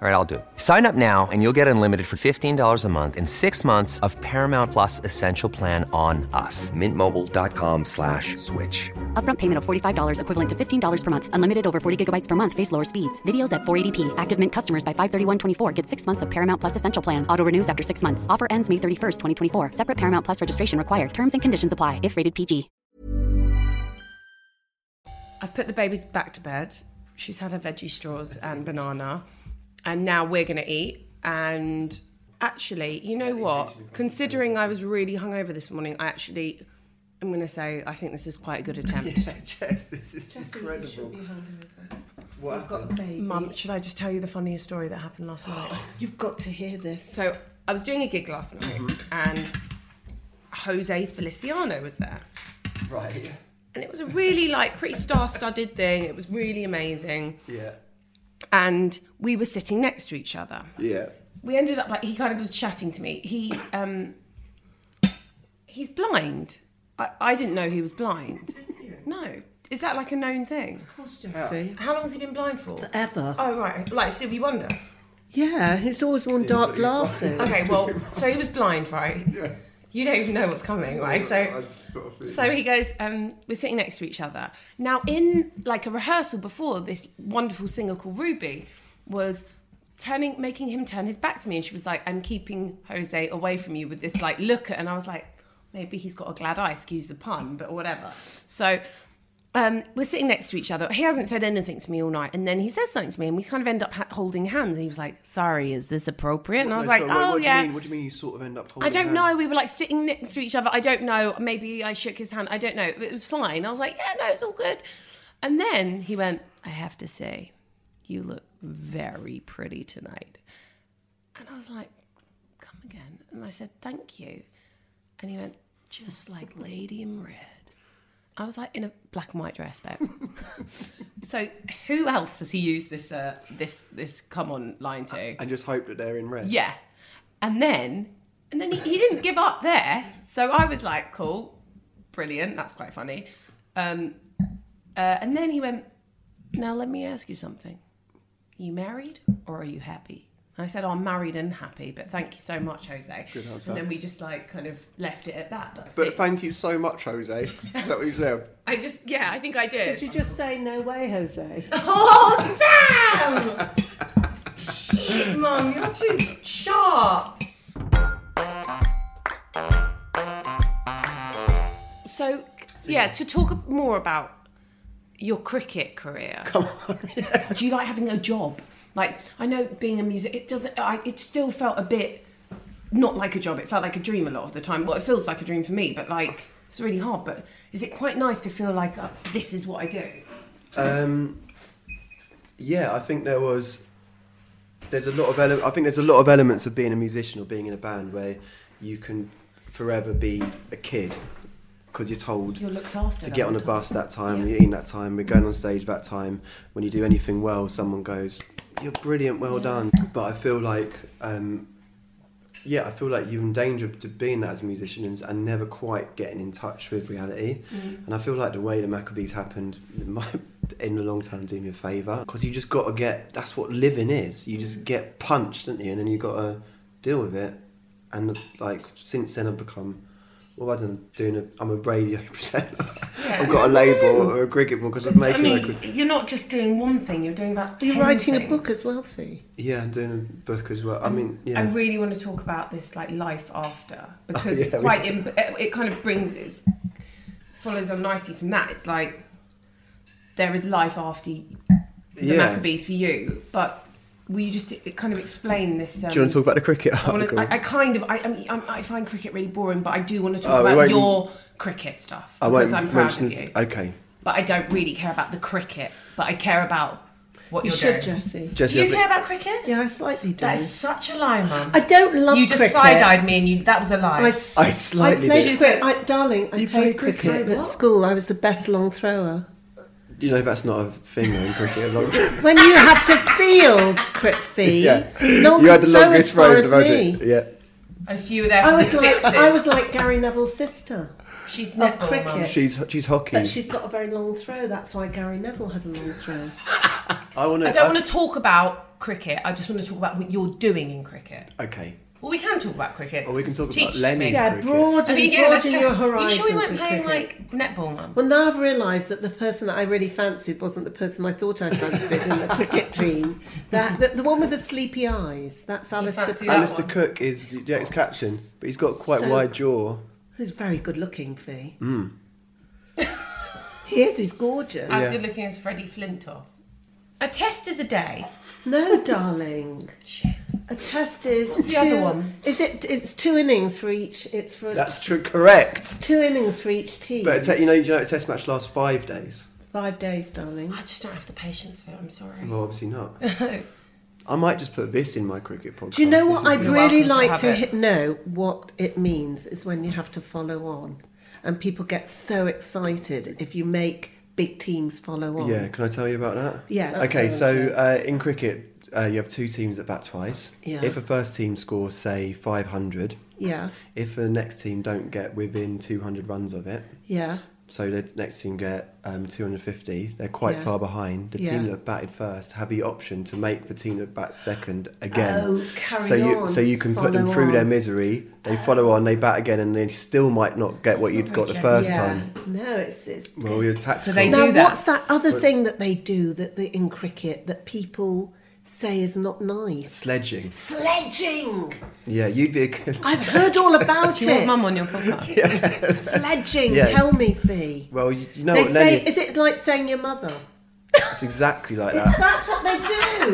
[SPEAKER 5] All right, I'll do it. Sign up now and you'll get unlimited for $15 a month in six months of Paramount Plus Essential Plan on us. Mintmobile.com slash switch.
[SPEAKER 6] Upfront payment of $45 equivalent to $15 per month. Unlimited over 40 gigabytes per month. Face lower speeds. Videos at 480p. Active Mint customers by 531.24 get six months of Paramount Plus Essential Plan. Auto renews after six months. Offer ends May 31st, 2024. Separate Paramount Plus registration required. Terms and conditions apply if rated PG.
[SPEAKER 1] I've put the babies back to bed. She's had her veggie straws and banana. And now we're going to eat. And actually, you know what? Considering I was really hungover this morning, I actually, I'm going to say, I think this is quite a good attempt.
[SPEAKER 3] Jess, this is incredible. What happened?
[SPEAKER 1] Mum, should I just tell you the funniest story that happened last night?
[SPEAKER 2] You've got to hear this.
[SPEAKER 1] So I was doing a gig last night and Jose Feliciano was there.
[SPEAKER 3] Right.
[SPEAKER 1] And it was a really like pretty star-studded thing. It was really amazing.
[SPEAKER 3] Yeah.
[SPEAKER 1] And we were sitting next to each other.
[SPEAKER 3] Yeah.
[SPEAKER 1] we ended up like he kind of was chatting to me. He um he's blind. I, I didn't know he was blind. No. Is that like a known thing?
[SPEAKER 2] Jesse.
[SPEAKER 1] How long has he been blind for?
[SPEAKER 2] Ever.
[SPEAKER 1] Oh right, like Stevie Wonder.
[SPEAKER 2] Yeah, he's always worn dark glasses.
[SPEAKER 1] Okay, well, so he was blind, right? Yeah. You don't even know what's coming, right? So So he goes, um, we're sitting next to each other. Now, in like a rehearsal before, this wonderful singer called Ruby was turning, making him turn his back to me. And she was like, I'm keeping Jose away from you with this like look. And I was like, maybe he's got a glad eye, excuse the pun, but whatever. So um, we're sitting next to each other. He hasn't said anything to me all night. And then he says something to me, and we kind of end up ha- holding hands. And he was like, sorry, is this appropriate? And I was
[SPEAKER 3] No,
[SPEAKER 1] like,
[SPEAKER 3] sorry, what,
[SPEAKER 1] oh,
[SPEAKER 3] what Do
[SPEAKER 1] yeah.
[SPEAKER 3] you mean? What do you mean you sort of end up holding
[SPEAKER 1] I don't
[SPEAKER 3] hands?
[SPEAKER 1] know. We were like sitting next to each other. I don't know. Maybe I shook his hand. I don't know. But it was fine. I was like, yeah, no, it's all good. And then he went, I have to say, you look very pretty tonight. And I was like, come again. And I said, thank you. And he went, just like Lady in Red. I was like in a black and white dress, babe. so who else has he used this uh, this this come on line to?
[SPEAKER 3] And just hope that they're in red.
[SPEAKER 1] Yeah. And then and then he, he didn't give up there. So I was like, cool, brilliant, that's quite funny. Um, uh, and then he went, now let me ask you something. You married or are you happy? And I said, oh, I'm married and happy, but thank you so much, Jose. Good
[SPEAKER 3] answer.
[SPEAKER 1] and then we just like kind of left it at that. But, I
[SPEAKER 3] But
[SPEAKER 1] think-
[SPEAKER 3] thank you so much, Jose. Is that what you said?
[SPEAKER 1] I just, yeah, I think I did.
[SPEAKER 2] Did you just say no way, Jose?
[SPEAKER 1] Oh, damn! Shit, mum, you're too sharp. So, yeah, to talk more about your cricket career. Come on. Do you like having a job? Like, I know being a music, it doesn't, I, it still felt a bit not like a job. It felt like a dream a lot of the time. Well, it feels like a dream for me, but like, it's really hard. But is it quite nice to feel like uh, this is what I do?
[SPEAKER 3] Um, yeah, I think there was. There's a lot of ele- I think there's a lot of elements of being a musician or being in a band where you can forever be a kid because you're told
[SPEAKER 1] You're looked after
[SPEAKER 3] to
[SPEAKER 1] the
[SPEAKER 3] get on
[SPEAKER 1] whole
[SPEAKER 3] a bus
[SPEAKER 1] time.
[SPEAKER 3] that time,
[SPEAKER 1] Yeah.
[SPEAKER 3] you're eating that time, we're going on stage that time. When you do anything well, someone goes, "You're brilliant, well done." But I feel like, um, yeah, I feel like you're in danger of to being that as a musician and, and never quite getting in touch with reality.
[SPEAKER 1] Mm.
[SPEAKER 3] And I feel like the way the Maccabees happened it might, in the long term, do me a favour because you just got to get. That's what living is. You
[SPEAKER 1] Mm.
[SPEAKER 3] just get punched, don't you? And then you got to deal with it. And like since then, I've become. Well, I don't doing a. I'm a radio presenter. I've got a label or a cricket ball because I'm
[SPEAKER 1] I
[SPEAKER 3] making. like,
[SPEAKER 1] mean, you're not just doing one thing; you're doing about.
[SPEAKER 2] You're
[SPEAKER 1] 10
[SPEAKER 2] writing a
[SPEAKER 1] things.
[SPEAKER 2] book as well, Fee.
[SPEAKER 3] yeah, I'm doing a book as well. I mean, yeah. Oh,
[SPEAKER 1] I really want to talk about this, like life after, because
[SPEAKER 3] yeah,
[SPEAKER 1] it's
[SPEAKER 3] we
[SPEAKER 1] quite. Im- it it kind of brings it follows on nicely from that. It's like there is life after the
[SPEAKER 3] yeah.
[SPEAKER 1] Maccabees for you, but will you just it kind of explain this? Um,
[SPEAKER 3] Do you want to talk about the cricket
[SPEAKER 1] I, wanna-
[SPEAKER 3] article?
[SPEAKER 1] I, I kind of I, I, mean, I'm- I find cricket really boring, but I do want to
[SPEAKER 3] Oh,
[SPEAKER 1] talk
[SPEAKER 3] we
[SPEAKER 1] about
[SPEAKER 3] won't-
[SPEAKER 1] your cricket stuff
[SPEAKER 3] I
[SPEAKER 1] because
[SPEAKER 3] won't
[SPEAKER 1] I'm proud
[SPEAKER 3] mention-
[SPEAKER 1] of you.
[SPEAKER 3] Okay,
[SPEAKER 1] but I don't really care about the cricket. But I care about what
[SPEAKER 2] You
[SPEAKER 1] are
[SPEAKER 2] should,
[SPEAKER 1] doing.
[SPEAKER 2] Jessie.
[SPEAKER 3] Jesse,
[SPEAKER 1] Do
[SPEAKER 3] I
[SPEAKER 1] you
[SPEAKER 3] think-
[SPEAKER 1] care about cricket?
[SPEAKER 2] Yeah, I slightly do.
[SPEAKER 1] That is such a lie, Mum.
[SPEAKER 2] I don't love
[SPEAKER 1] You just
[SPEAKER 2] cricket.
[SPEAKER 1] side-eyed me, and you—that was a lie.
[SPEAKER 2] I,
[SPEAKER 3] I
[SPEAKER 2] I
[SPEAKER 3] slightly
[SPEAKER 2] played
[SPEAKER 3] do.
[SPEAKER 2] cricket. I, darling, I
[SPEAKER 3] You played
[SPEAKER 2] played
[SPEAKER 3] cricket?
[SPEAKER 2] cricket,
[SPEAKER 3] Sorry,
[SPEAKER 2] at
[SPEAKER 3] what?
[SPEAKER 2] school. I was the best long thrower.
[SPEAKER 3] You know that's not a thing though, in cricket. Long,
[SPEAKER 2] When you have to field, Pritfee,
[SPEAKER 3] yeah,
[SPEAKER 2] no one
[SPEAKER 3] you had the
[SPEAKER 2] can throw
[SPEAKER 3] longest
[SPEAKER 2] as far
[SPEAKER 3] throw in
[SPEAKER 2] as
[SPEAKER 3] the budget.
[SPEAKER 2] me.
[SPEAKER 3] Yeah,
[SPEAKER 1] and so you were there for
[SPEAKER 2] I was
[SPEAKER 1] the
[SPEAKER 2] like
[SPEAKER 1] sixes.
[SPEAKER 2] I was like Gary Neville's sister.
[SPEAKER 1] She's
[SPEAKER 2] of
[SPEAKER 1] Neville,
[SPEAKER 2] cricket.
[SPEAKER 1] Mum.
[SPEAKER 3] she's she's hockey.
[SPEAKER 2] But she's got a very long throw. That's why Gary Neville had a long throw.
[SPEAKER 3] I want to.
[SPEAKER 1] I don't want to talk about cricket. I just want to talk about what you're doing in cricket.
[SPEAKER 3] Okay,
[SPEAKER 1] Well, we can talk about cricket.
[SPEAKER 3] Or we can talk
[SPEAKER 1] Teach
[SPEAKER 3] about Lenny's
[SPEAKER 1] me.
[SPEAKER 3] Yeah,
[SPEAKER 2] Yeah,
[SPEAKER 3] Cricket.
[SPEAKER 2] broaden,
[SPEAKER 1] I mean, yeah, let's
[SPEAKER 2] broaden
[SPEAKER 1] check.
[SPEAKER 2] your horizon.
[SPEAKER 1] You sure you weren't playing like netball, Mum?
[SPEAKER 2] Well, now I've realised that the person that I really fancied wasn't the person I thought I fancied in the cricket team. That the, the one with the sleepy eyes. That's Alistair.
[SPEAKER 1] fancy
[SPEAKER 2] Cook,
[SPEAKER 1] that
[SPEAKER 3] Alistair
[SPEAKER 1] one.
[SPEAKER 3] Cook is yeah, his captain, but he's got quite
[SPEAKER 2] So-
[SPEAKER 3] wide jaw.
[SPEAKER 2] Who's very good looking, Fee.
[SPEAKER 3] Mm.
[SPEAKER 2] he is. He's gorgeous.
[SPEAKER 1] As
[SPEAKER 3] Yeah.
[SPEAKER 1] good looking as Freddie Flintoff. A test is a day.
[SPEAKER 2] No, darling.
[SPEAKER 1] Shit.
[SPEAKER 2] A test is.
[SPEAKER 1] What's the
[SPEAKER 2] two-
[SPEAKER 1] other one?
[SPEAKER 2] Is it? It's two innings for each. It's for.
[SPEAKER 3] That's true, correct.
[SPEAKER 2] two innings for each team.
[SPEAKER 3] But a te- you know, you know, a test match lasts five days.
[SPEAKER 2] Five days, darling.
[SPEAKER 1] I just don't have the patience for it. I'm sorry.
[SPEAKER 3] Well, obviously not. I might just put this in my cricket podcast.
[SPEAKER 2] Do you know what
[SPEAKER 3] isn't
[SPEAKER 2] I'd
[SPEAKER 3] it?
[SPEAKER 1] You're
[SPEAKER 2] really
[SPEAKER 1] welcome to
[SPEAKER 2] like to
[SPEAKER 1] have
[SPEAKER 2] hit, know? What it means is when you have to follow on, and people get so excited if you make big teams follow on.
[SPEAKER 3] Yeah, can I tell you about that?
[SPEAKER 2] Yeah, that's
[SPEAKER 3] Okay,
[SPEAKER 2] what I
[SPEAKER 3] so uh, in cricket, uh, you have two teams that bat twice.
[SPEAKER 2] Yeah.
[SPEAKER 3] If a first team scores, say, 500,
[SPEAKER 2] yeah,
[SPEAKER 3] if the next team don't get within 200 runs of it,
[SPEAKER 2] yeah.
[SPEAKER 3] so the next team get um, 250, they're quite
[SPEAKER 2] Yeah.
[SPEAKER 3] far behind. The
[SPEAKER 2] Yeah.
[SPEAKER 3] team that batted first have the option to make the team that bats second again.
[SPEAKER 2] Oh, carry
[SPEAKER 3] so you
[SPEAKER 2] on,
[SPEAKER 3] so you can put them
[SPEAKER 2] follow
[SPEAKER 3] through their
[SPEAKER 2] on.
[SPEAKER 3] misery. They follow on, they bat again, and they still might not get what you'd got the first
[SPEAKER 2] yeah.
[SPEAKER 3] time.
[SPEAKER 2] No, it's it's.
[SPEAKER 3] Well, you're tactical.
[SPEAKER 1] they do
[SPEAKER 2] now,
[SPEAKER 1] that.
[SPEAKER 2] what's that other thing that they do that the, in cricket that people say is not nice?
[SPEAKER 3] sledging.
[SPEAKER 2] Sledging.
[SPEAKER 3] Yeah, you'd be a good.
[SPEAKER 2] I've heard all about
[SPEAKER 1] Do you want
[SPEAKER 2] it.
[SPEAKER 1] Mum on your podcast?
[SPEAKER 2] Sledging.
[SPEAKER 3] Yeah.
[SPEAKER 2] Tell me, Fee.
[SPEAKER 3] Well, you, you know
[SPEAKER 2] They
[SPEAKER 3] what,
[SPEAKER 2] say,
[SPEAKER 3] Lenny,
[SPEAKER 2] is it like saying your mother?
[SPEAKER 3] it's exactly like that.
[SPEAKER 2] That's what they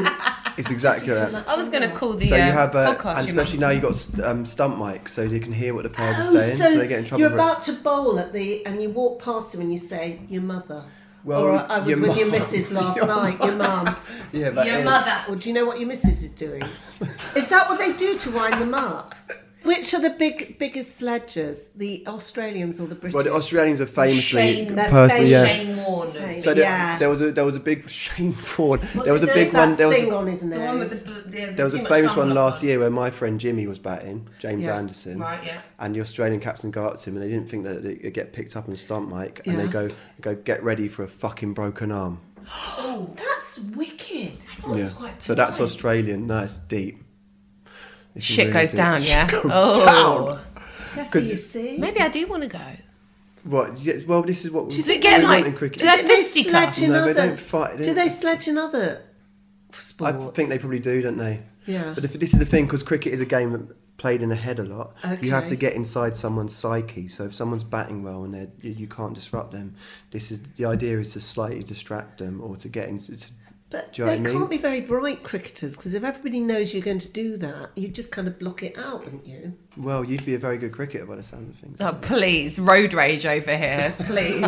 [SPEAKER 2] do.
[SPEAKER 3] It's exactly like that.
[SPEAKER 1] I was going to call the
[SPEAKER 3] So
[SPEAKER 1] uh,
[SPEAKER 3] you have, uh,
[SPEAKER 1] podcast
[SPEAKER 3] and
[SPEAKER 1] your mum.
[SPEAKER 3] especially now you've got um, stump mic, so you can hear what the players are
[SPEAKER 2] Oh,
[SPEAKER 3] saying, so, they get in trouble.
[SPEAKER 2] you're
[SPEAKER 3] for it.
[SPEAKER 2] about to bowl at the, and you walk past him and you say, "Your mother."
[SPEAKER 3] Well,
[SPEAKER 2] or I was
[SPEAKER 3] your
[SPEAKER 2] with your
[SPEAKER 3] mum.
[SPEAKER 2] missus last
[SPEAKER 3] Your
[SPEAKER 2] night. Your mum.
[SPEAKER 3] Yeah, but
[SPEAKER 1] Your
[SPEAKER 3] uh,
[SPEAKER 1] mother.
[SPEAKER 2] Or do you know what your missus is doing? is that what they do to wind them up? Which are the big biggest sledgers? The Australians or the British?
[SPEAKER 3] Well, the Australians are famously
[SPEAKER 1] Shane-
[SPEAKER 2] They're
[SPEAKER 3] personally, yeah.
[SPEAKER 2] famous.
[SPEAKER 1] Shane Warne.
[SPEAKER 2] Shane.
[SPEAKER 3] So there,
[SPEAKER 2] Yeah.
[SPEAKER 3] there was a there was a big Shane Ford.
[SPEAKER 2] What's
[SPEAKER 3] there was a
[SPEAKER 2] he doing?
[SPEAKER 3] big one.
[SPEAKER 2] That
[SPEAKER 3] There was
[SPEAKER 2] thing
[SPEAKER 3] a,
[SPEAKER 2] on his nose.
[SPEAKER 1] The one with the, bl- the,
[SPEAKER 3] there was a famous one last year where my friend Jimmy was batting, James
[SPEAKER 2] Yeah.
[SPEAKER 3] Anderson.
[SPEAKER 1] Right, yeah.
[SPEAKER 3] And the Australian captain go up to him and they didn't think that it'd get picked up on stump mic. And they
[SPEAKER 2] Yes.
[SPEAKER 3] go, go, get ready for a fucking broken arm.
[SPEAKER 2] That's wicked.
[SPEAKER 3] Yeah. So that's Australian. No, it's deep. It's
[SPEAKER 1] Shit
[SPEAKER 3] really
[SPEAKER 1] goes
[SPEAKER 3] deep.
[SPEAKER 1] down,
[SPEAKER 3] Shit
[SPEAKER 1] yeah.
[SPEAKER 3] goes
[SPEAKER 1] oh,
[SPEAKER 3] down.
[SPEAKER 2] Jessie,
[SPEAKER 3] 'Cause-
[SPEAKER 2] you see.
[SPEAKER 1] maybe I do want to go.
[SPEAKER 3] What? Yes, well, this is what we,
[SPEAKER 1] Does it get
[SPEAKER 3] we want
[SPEAKER 1] like-
[SPEAKER 3] in cricket.
[SPEAKER 1] do they-
[SPEAKER 2] Do they
[SPEAKER 1] Fisticuff.
[SPEAKER 2] sledge in
[SPEAKER 3] No, they
[SPEAKER 2] other?
[SPEAKER 3] don't fight, they
[SPEAKER 2] do
[SPEAKER 3] don't-
[SPEAKER 2] they sledge in other
[SPEAKER 3] I
[SPEAKER 2] sports?
[SPEAKER 3] think they probably do, don't they?
[SPEAKER 2] Yeah.
[SPEAKER 3] But if, this is the thing because cricket is a game that played in the head a lot. You have
[SPEAKER 2] Okay.
[SPEAKER 3] to get inside someone's psyche. So if someone's batting well and they're, you, you can't disrupt them, this is the idea is to slightly distract them or to get into. To,
[SPEAKER 2] But
[SPEAKER 3] do you
[SPEAKER 2] they
[SPEAKER 3] know what I mean?
[SPEAKER 2] can't be very bright cricketers because if everybody knows you're going to do that, you just kind of block it out, wouldn't you?
[SPEAKER 3] Well, you'd be a very good cricketer by the sound of things.
[SPEAKER 1] Oh, please, road rage over here, please.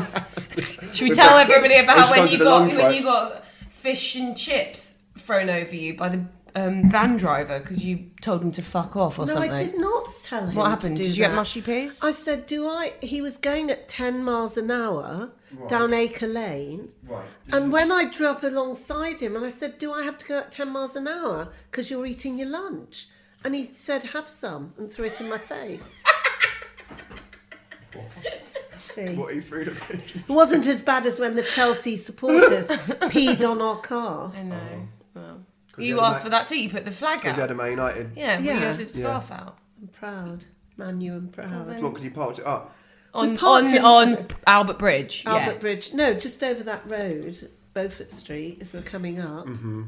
[SPEAKER 1] Should we tell everybody
[SPEAKER 3] Let's
[SPEAKER 1] about
[SPEAKER 3] go
[SPEAKER 1] when
[SPEAKER 3] to
[SPEAKER 1] you
[SPEAKER 3] the
[SPEAKER 1] got
[SPEAKER 3] long
[SPEAKER 1] when
[SPEAKER 3] throw.
[SPEAKER 1] you got fish and chips thrown over you by the um, van driver because you told him to fuck off or
[SPEAKER 2] no,
[SPEAKER 1] something?
[SPEAKER 2] I did not tell him.
[SPEAKER 1] What happened?
[SPEAKER 2] to do
[SPEAKER 1] Did you get
[SPEAKER 2] that.
[SPEAKER 1] mushy peas?
[SPEAKER 2] I said, "Do I?" He was going at ten miles an hour down Acre Lane, right. and when I drew up alongside him, and I said, "Do I have to go at ten miles an hour because you're eating your lunch?" And he said, "Have some," and threw it in my face. See?
[SPEAKER 3] What are you through the
[SPEAKER 2] It wasn't as bad as when the Chelsea supporters peed on our car.
[SPEAKER 1] I know. Well, you
[SPEAKER 3] you had a
[SPEAKER 1] asked
[SPEAKER 3] ma-
[SPEAKER 1] for that too. You put the flag
[SPEAKER 3] You had a
[SPEAKER 1] out.
[SPEAKER 3] Man United.
[SPEAKER 1] Yeah, well, you
[SPEAKER 2] Yeah.
[SPEAKER 1] had the scarf out
[SPEAKER 2] I'm proud. Manu and proud.
[SPEAKER 3] What? Because you parked it up.
[SPEAKER 1] on
[SPEAKER 2] parked
[SPEAKER 1] on,
[SPEAKER 2] in-
[SPEAKER 1] on Albert Bridge. yeah.
[SPEAKER 2] Albert Bridge. No, just over that road, Beaufort Street, as we're coming up. Mm-hmm.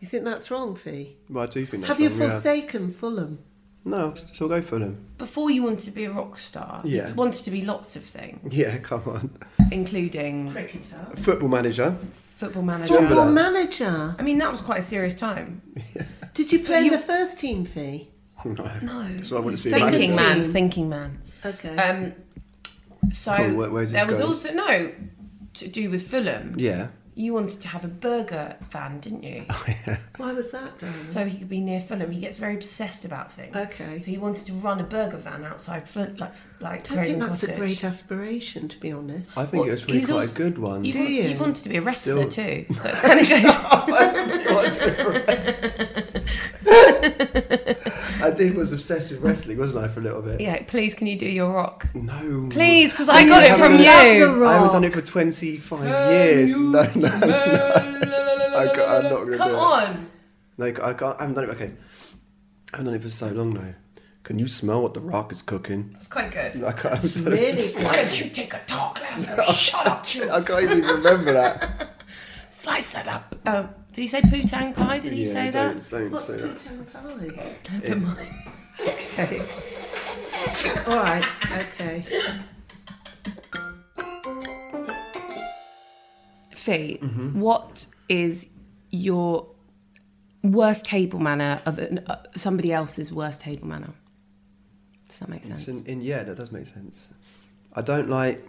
[SPEAKER 2] You think that's wrong, Fee?
[SPEAKER 3] Well, I do think. That's
[SPEAKER 2] Have you
[SPEAKER 3] wrong, yeah.
[SPEAKER 2] forsaken Fulham?
[SPEAKER 3] No, still go for them.
[SPEAKER 1] Before you wanted to be a rock star,
[SPEAKER 3] Yeah.
[SPEAKER 1] you wanted to be lots of things,
[SPEAKER 3] Yeah, come on.
[SPEAKER 1] including
[SPEAKER 2] Cricketer.
[SPEAKER 3] Football manager.
[SPEAKER 1] football manager.
[SPEAKER 2] Football
[SPEAKER 3] that?
[SPEAKER 2] manager.
[SPEAKER 1] I mean, that was quite a serious time.
[SPEAKER 2] Did you play in
[SPEAKER 1] You-
[SPEAKER 2] the first team, Fee?
[SPEAKER 3] No.
[SPEAKER 1] No.
[SPEAKER 3] That's what I want to see. a
[SPEAKER 2] Second
[SPEAKER 1] Thinking
[SPEAKER 3] manager.
[SPEAKER 1] man,
[SPEAKER 2] team.
[SPEAKER 1] thinking man.
[SPEAKER 2] Okay.
[SPEAKER 1] Um, so
[SPEAKER 3] Cool, where- where's this
[SPEAKER 1] there was
[SPEAKER 3] going?
[SPEAKER 1] also no. to do with Fulham,
[SPEAKER 3] Yeah.
[SPEAKER 1] you wanted to have a burger van, didn't you?
[SPEAKER 2] Why was that done?
[SPEAKER 1] so he could be near Fulham. He gets very obsessed about things.
[SPEAKER 2] Okay.
[SPEAKER 1] So he wanted to run a burger van outside Fulham, like like
[SPEAKER 2] I don't think
[SPEAKER 1] Roden
[SPEAKER 2] that's
[SPEAKER 1] Cottage.
[SPEAKER 2] a great aspiration, to be honest.
[SPEAKER 3] I think
[SPEAKER 1] Well,
[SPEAKER 3] it was really
[SPEAKER 1] he's
[SPEAKER 3] quite
[SPEAKER 1] also-
[SPEAKER 3] a good one.
[SPEAKER 1] You,
[SPEAKER 2] Do
[SPEAKER 1] want,
[SPEAKER 2] you?
[SPEAKER 1] you wanted to be a wrestler
[SPEAKER 3] Still.
[SPEAKER 1] too, so it's kind of goes.
[SPEAKER 3] I did was obsessed with wrestling, wasn't I, for a little bit?
[SPEAKER 1] Yeah, please, can you do your rock?
[SPEAKER 3] No.
[SPEAKER 1] Please, because I got it
[SPEAKER 3] haven't
[SPEAKER 1] from
[SPEAKER 3] done it.
[SPEAKER 1] you.
[SPEAKER 3] I haven't done it for 25 years. No, no, no. I ca- I'm not going to
[SPEAKER 1] Come
[SPEAKER 3] do It.
[SPEAKER 1] on.
[SPEAKER 3] No, I, can't, I haven't done it. Okay. I haven't done it for so long now. Can you smell what The Rock is cooking?
[SPEAKER 1] It's quite good.
[SPEAKER 3] I can't, I haven't done it.
[SPEAKER 2] Really?
[SPEAKER 1] Why don't you take a talk lesson? Shut up, you.
[SPEAKER 3] I can't even remember that.
[SPEAKER 1] Slice that up. Oh, did he say poo-tang pie? Did he
[SPEAKER 3] yeah,
[SPEAKER 1] say
[SPEAKER 3] don't,
[SPEAKER 1] that?
[SPEAKER 3] Don't
[SPEAKER 2] What's
[SPEAKER 3] say that.
[SPEAKER 2] Peter Pie?
[SPEAKER 1] Never mind.
[SPEAKER 2] Okay. All right. Okay.
[SPEAKER 1] Fee,
[SPEAKER 3] Mm-hmm.
[SPEAKER 1] what is your worst table manner of an, uh, somebody else's worst table manner? Does that make sense?
[SPEAKER 3] It's in, in, yeah, that does make sense. I don't like.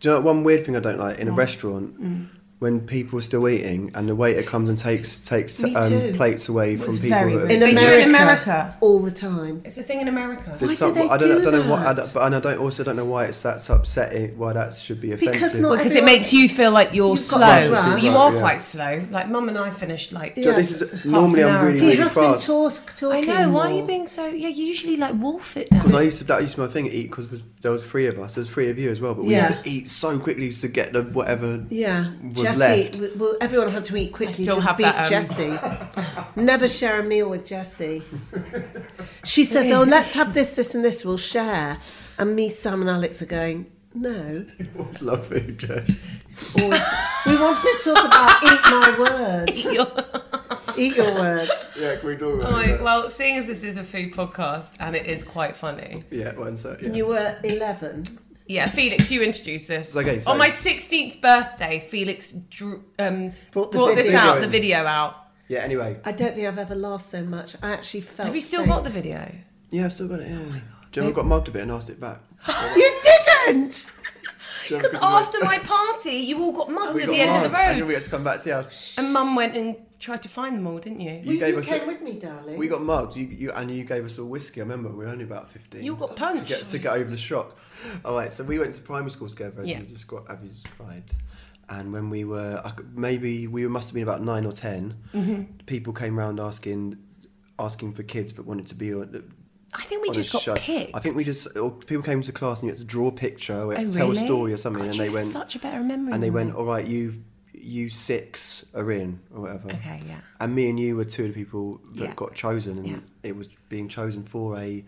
[SPEAKER 3] Do you know one weird thing I don't like in a restaurant
[SPEAKER 2] Mm.
[SPEAKER 3] when people are still eating and the waiter comes and takes takes
[SPEAKER 2] Me
[SPEAKER 3] um,
[SPEAKER 2] too.
[SPEAKER 3] plates away
[SPEAKER 1] It's
[SPEAKER 3] from
[SPEAKER 1] very
[SPEAKER 3] people?
[SPEAKER 1] rude.
[SPEAKER 3] that-
[SPEAKER 2] In
[SPEAKER 1] They do it
[SPEAKER 2] America.
[SPEAKER 1] in America.
[SPEAKER 2] All the time.
[SPEAKER 1] It's a thing in America.
[SPEAKER 3] There's
[SPEAKER 2] Why do
[SPEAKER 3] some-
[SPEAKER 2] they
[SPEAKER 3] I don't, I
[SPEAKER 2] do
[SPEAKER 3] don't know what, I
[SPEAKER 2] that?
[SPEAKER 3] don't- but and I don't also don't know why it's that's upsetting. Why that should be offensive.
[SPEAKER 2] Because not-
[SPEAKER 1] because it
[SPEAKER 2] everyone-
[SPEAKER 1] makes you feel like you're
[SPEAKER 2] You've
[SPEAKER 1] slow.
[SPEAKER 2] got that
[SPEAKER 1] Well,
[SPEAKER 2] right.
[SPEAKER 1] you are
[SPEAKER 3] Yeah.
[SPEAKER 1] quite slow. Like mum and I finished like.
[SPEAKER 3] So
[SPEAKER 2] Yeah.
[SPEAKER 3] this is normally
[SPEAKER 1] an
[SPEAKER 3] I'm
[SPEAKER 1] hour.
[SPEAKER 3] really
[SPEAKER 1] He
[SPEAKER 2] He
[SPEAKER 3] really
[SPEAKER 2] has been
[SPEAKER 3] fast
[SPEAKER 2] taught,
[SPEAKER 1] I
[SPEAKER 2] talking.
[SPEAKER 1] know. Why are you
[SPEAKER 2] more.
[SPEAKER 1] being so? Yeah, you usually like wolf it down.
[SPEAKER 3] because I used to that used to be my thing eat because there was three of us. There was three of you as well, but we
[SPEAKER 2] Yeah.
[SPEAKER 3] used to eat so quickly just to get the whatever.
[SPEAKER 2] Yeah,
[SPEAKER 3] was
[SPEAKER 2] Jesse.
[SPEAKER 3] left.
[SPEAKER 2] w- Well, everyone had to eat quickly
[SPEAKER 1] still
[SPEAKER 2] to
[SPEAKER 1] have
[SPEAKER 2] beat
[SPEAKER 1] that, um,
[SPEAKER 2] Jesse. Never share a meal with Jesse. She says, "Oh, let's have this, this, and this. We'll share." And me, Sam, and Alex are going, "No,
[SPEAKER 3] Love food, Jess.
[SPEAKER 2] Always- we want to talk about eat my words, eat your words."
[SPEAKER 3] Yeah, can we do it?
[SPEAKER 1] well, seeing as this is a food podcast and it is quite funny.
[SPEAKER 3] yeah, one sec. Yeah.
[SPEAKER 2] When you were eleven,
[SPEAKER 1] Yeah, Felix, you introduced this.
[SPEAKER 3] Okay, so-
[SPEAKER 1] On my 16th birthday, Felix drew, um, brought,
[SPEAKER 2] Brought the
[SPEAKER 1] this
[SPEAKER 2] video
[SPEAKER 1] out,
[SPEAKER 3] in.
[SPEAKER 1] the video out.
[SPEAKER 3] yeah. Anyway.
[SPEAKER 2] I don't think I've ever laughed so much. I actually felt.
[SPEAKER 1] Have you still
[SPEAKER 2] faint.
[SPEAKER 1] got the video?
[SPEAKER 3] Yeah, I've still got it.
[SPEAKER 1] Oh
[SPEAKER 3] Yeah. Do you know I got mugged a bit and asked it back?
[SPEAKER 2] You didn't.
[SPEAKER 3] Do you know
[SPEAKER 1] Because
[SPEAKER 3] I
[SPEAKER 1] after my party, you all got mugged
[SPEAKER 3] got
[SPEAKER 1] at the end of
[SPEAKER 3] mugged, And
[SPEAKER 1] the
[SPEAKER 3] then we
[SPEAKER 1] road.
[SPEAKER 3] had to come back to the house.
[SPEAKER 1] And mum went and tried to find them all, didn't you?
[SPEAKER 3] You
[SPEAKER 2] You,
[SPEAKER 3] gave us.
[SPEAKER 2] came
[SPEAKER 3] a-
[SPEAKER 2] with me, darling.
[SPEAKER 3] We got mugged. You, you and you gave us all whiskey. I remember we were only about fifteen.
[SPEAKER 1] You got
[SPEAKER 3] to
[SPEAKER 1] punched.
[SPEAKER 3] get to get over the shock. All right, so we went to primary school together, as
[SPEAKER 1] Yeah.
[SPEAKER 3] you just got, as you described. And when we were I could- maybe we must have been about nine or 10
[SPEAKER 1] Mm-hmm.
[SPEAKER 3] people came round asking asking for kids that wanted to be on. the-
[SPEAKER 1] I think we
[SPEAKER 3] on a
[SPEAKER 1] just got
[SPEAKER 3] show.
[SPEAKER 1] picked.
[SPEAKER 3] I think we just or people came to class and you had to draw a picture or you had
[SPEAKER 1] Oh,
[SPEAKER 3] to tell
[SPEAKER 1] really?
[SPEAKER 3] a story or something,
[SPEAKER 1] God,
[SPEAKER 3] and
[SPEAKER 1] you
[SPEAKER 3] they
[SPEAKER 1] have
[SPEAKER 3] went
[SPEAKER 1] such a better memory
[SPEAKER 3] And they
[SPEAKER 1] than
[SPEAKER 3] went,
[SPEAKER 1] me.
[SPEAKER 3] all right, you you six are in or whatever.
[SPEAKER 1] Okay, yeah.
[SPEAKER 3] And me and you were two of the people that
[SPEAKER 1] Yeah.
[SPEAKER 3] got chosen, and
[SPEAKER 1] Yeah.
[SPEAKER 3] it was being chosen for a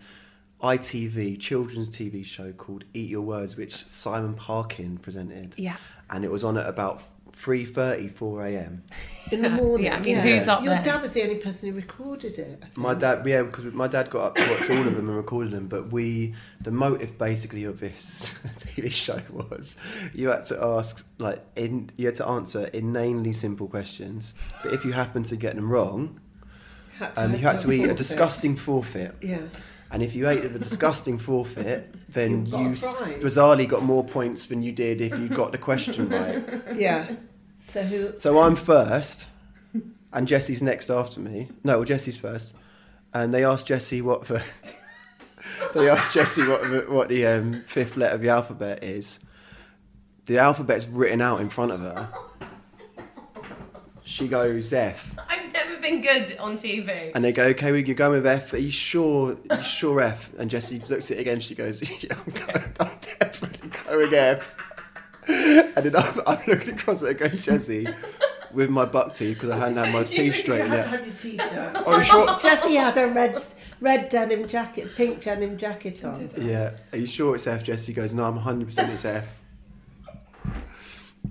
[SPEAKER 3] ITV children's TV show called Eat Your Words, which Simon Parkin presented.
[SPEAKER 1] Yeah.
[SPEAKER 3] and it was on at about three thirty, four a.m.
[SPEAKER 2] in the morning.
[SPEAKER 1] Yeah, I mean, who's up
[SPEAKER 2] Your
[SPEAKER 1] there?
[SPEAKER 2] dad was the only person who recorded it. I think.
[SPEAKER 3] My dad, yeah, because my dad got up to watch all of them and recorded them. But we, the motive basically of this TV show was, you had to ask like in, you had to answer inanely simple questions. But if you happened to get them wrong,
[SPEAKER 2] Had to
[SPEAKER 3] um,
[SPEAKER 2] have
[SPEAKER 3] you had to
[SPEAKER 2] done
[SPEAKER 3] eat a
[SPEAKER 2] forfeit.
[SPEAKER 3] disgusting forfeit.
[SPEAKER 2] Yeah.
[SPEAKER 3] And if you ate a disgusting forfeit, then
[SPEAKER 2] You
[SPEAKER 3] you,
[SPEAKER 2] got a
[SPEAKER 3] s-
[SPEAKER 2] prize.
[SPEAKER 3] bizarrely got more points than you did if you got the question right.
[SPEAKER 2] Yeah. So who?
[SPEAKER 3] So I'm first, and Jesse's next after me. No, well, Jesse's first. And they asked Jesse what the they asked Jesse what the, what the um, fifth letter of the alphabet is. The alphabet's written out in front of her. She goes F,
[SPEAKER 1] I've never been good on TV.
[SPEAKER 3] and they go, "Okay, we can go with F. Are you sure? Are you sure F?" And Jesse looks at it again. She goes, yeah, "I'm going. I'm definitely going F." And then I'm, I'm looking across at her, going, "Jesse." With my buck teeth because I hadn't had my teeth straightened
[SPEAKER 2] had,
[SPEAKER 3] yet.
[SPEAKER 2] had your teeth out.
[SPEAKER 3] Are you sure?
[SPEAKER 2] Jesse had a red red denim jacket, pink denim jacket on.
[SPEAKER 3] Yeah. Are you sure it's F? Jesse goes, no, I'm 100% it's F.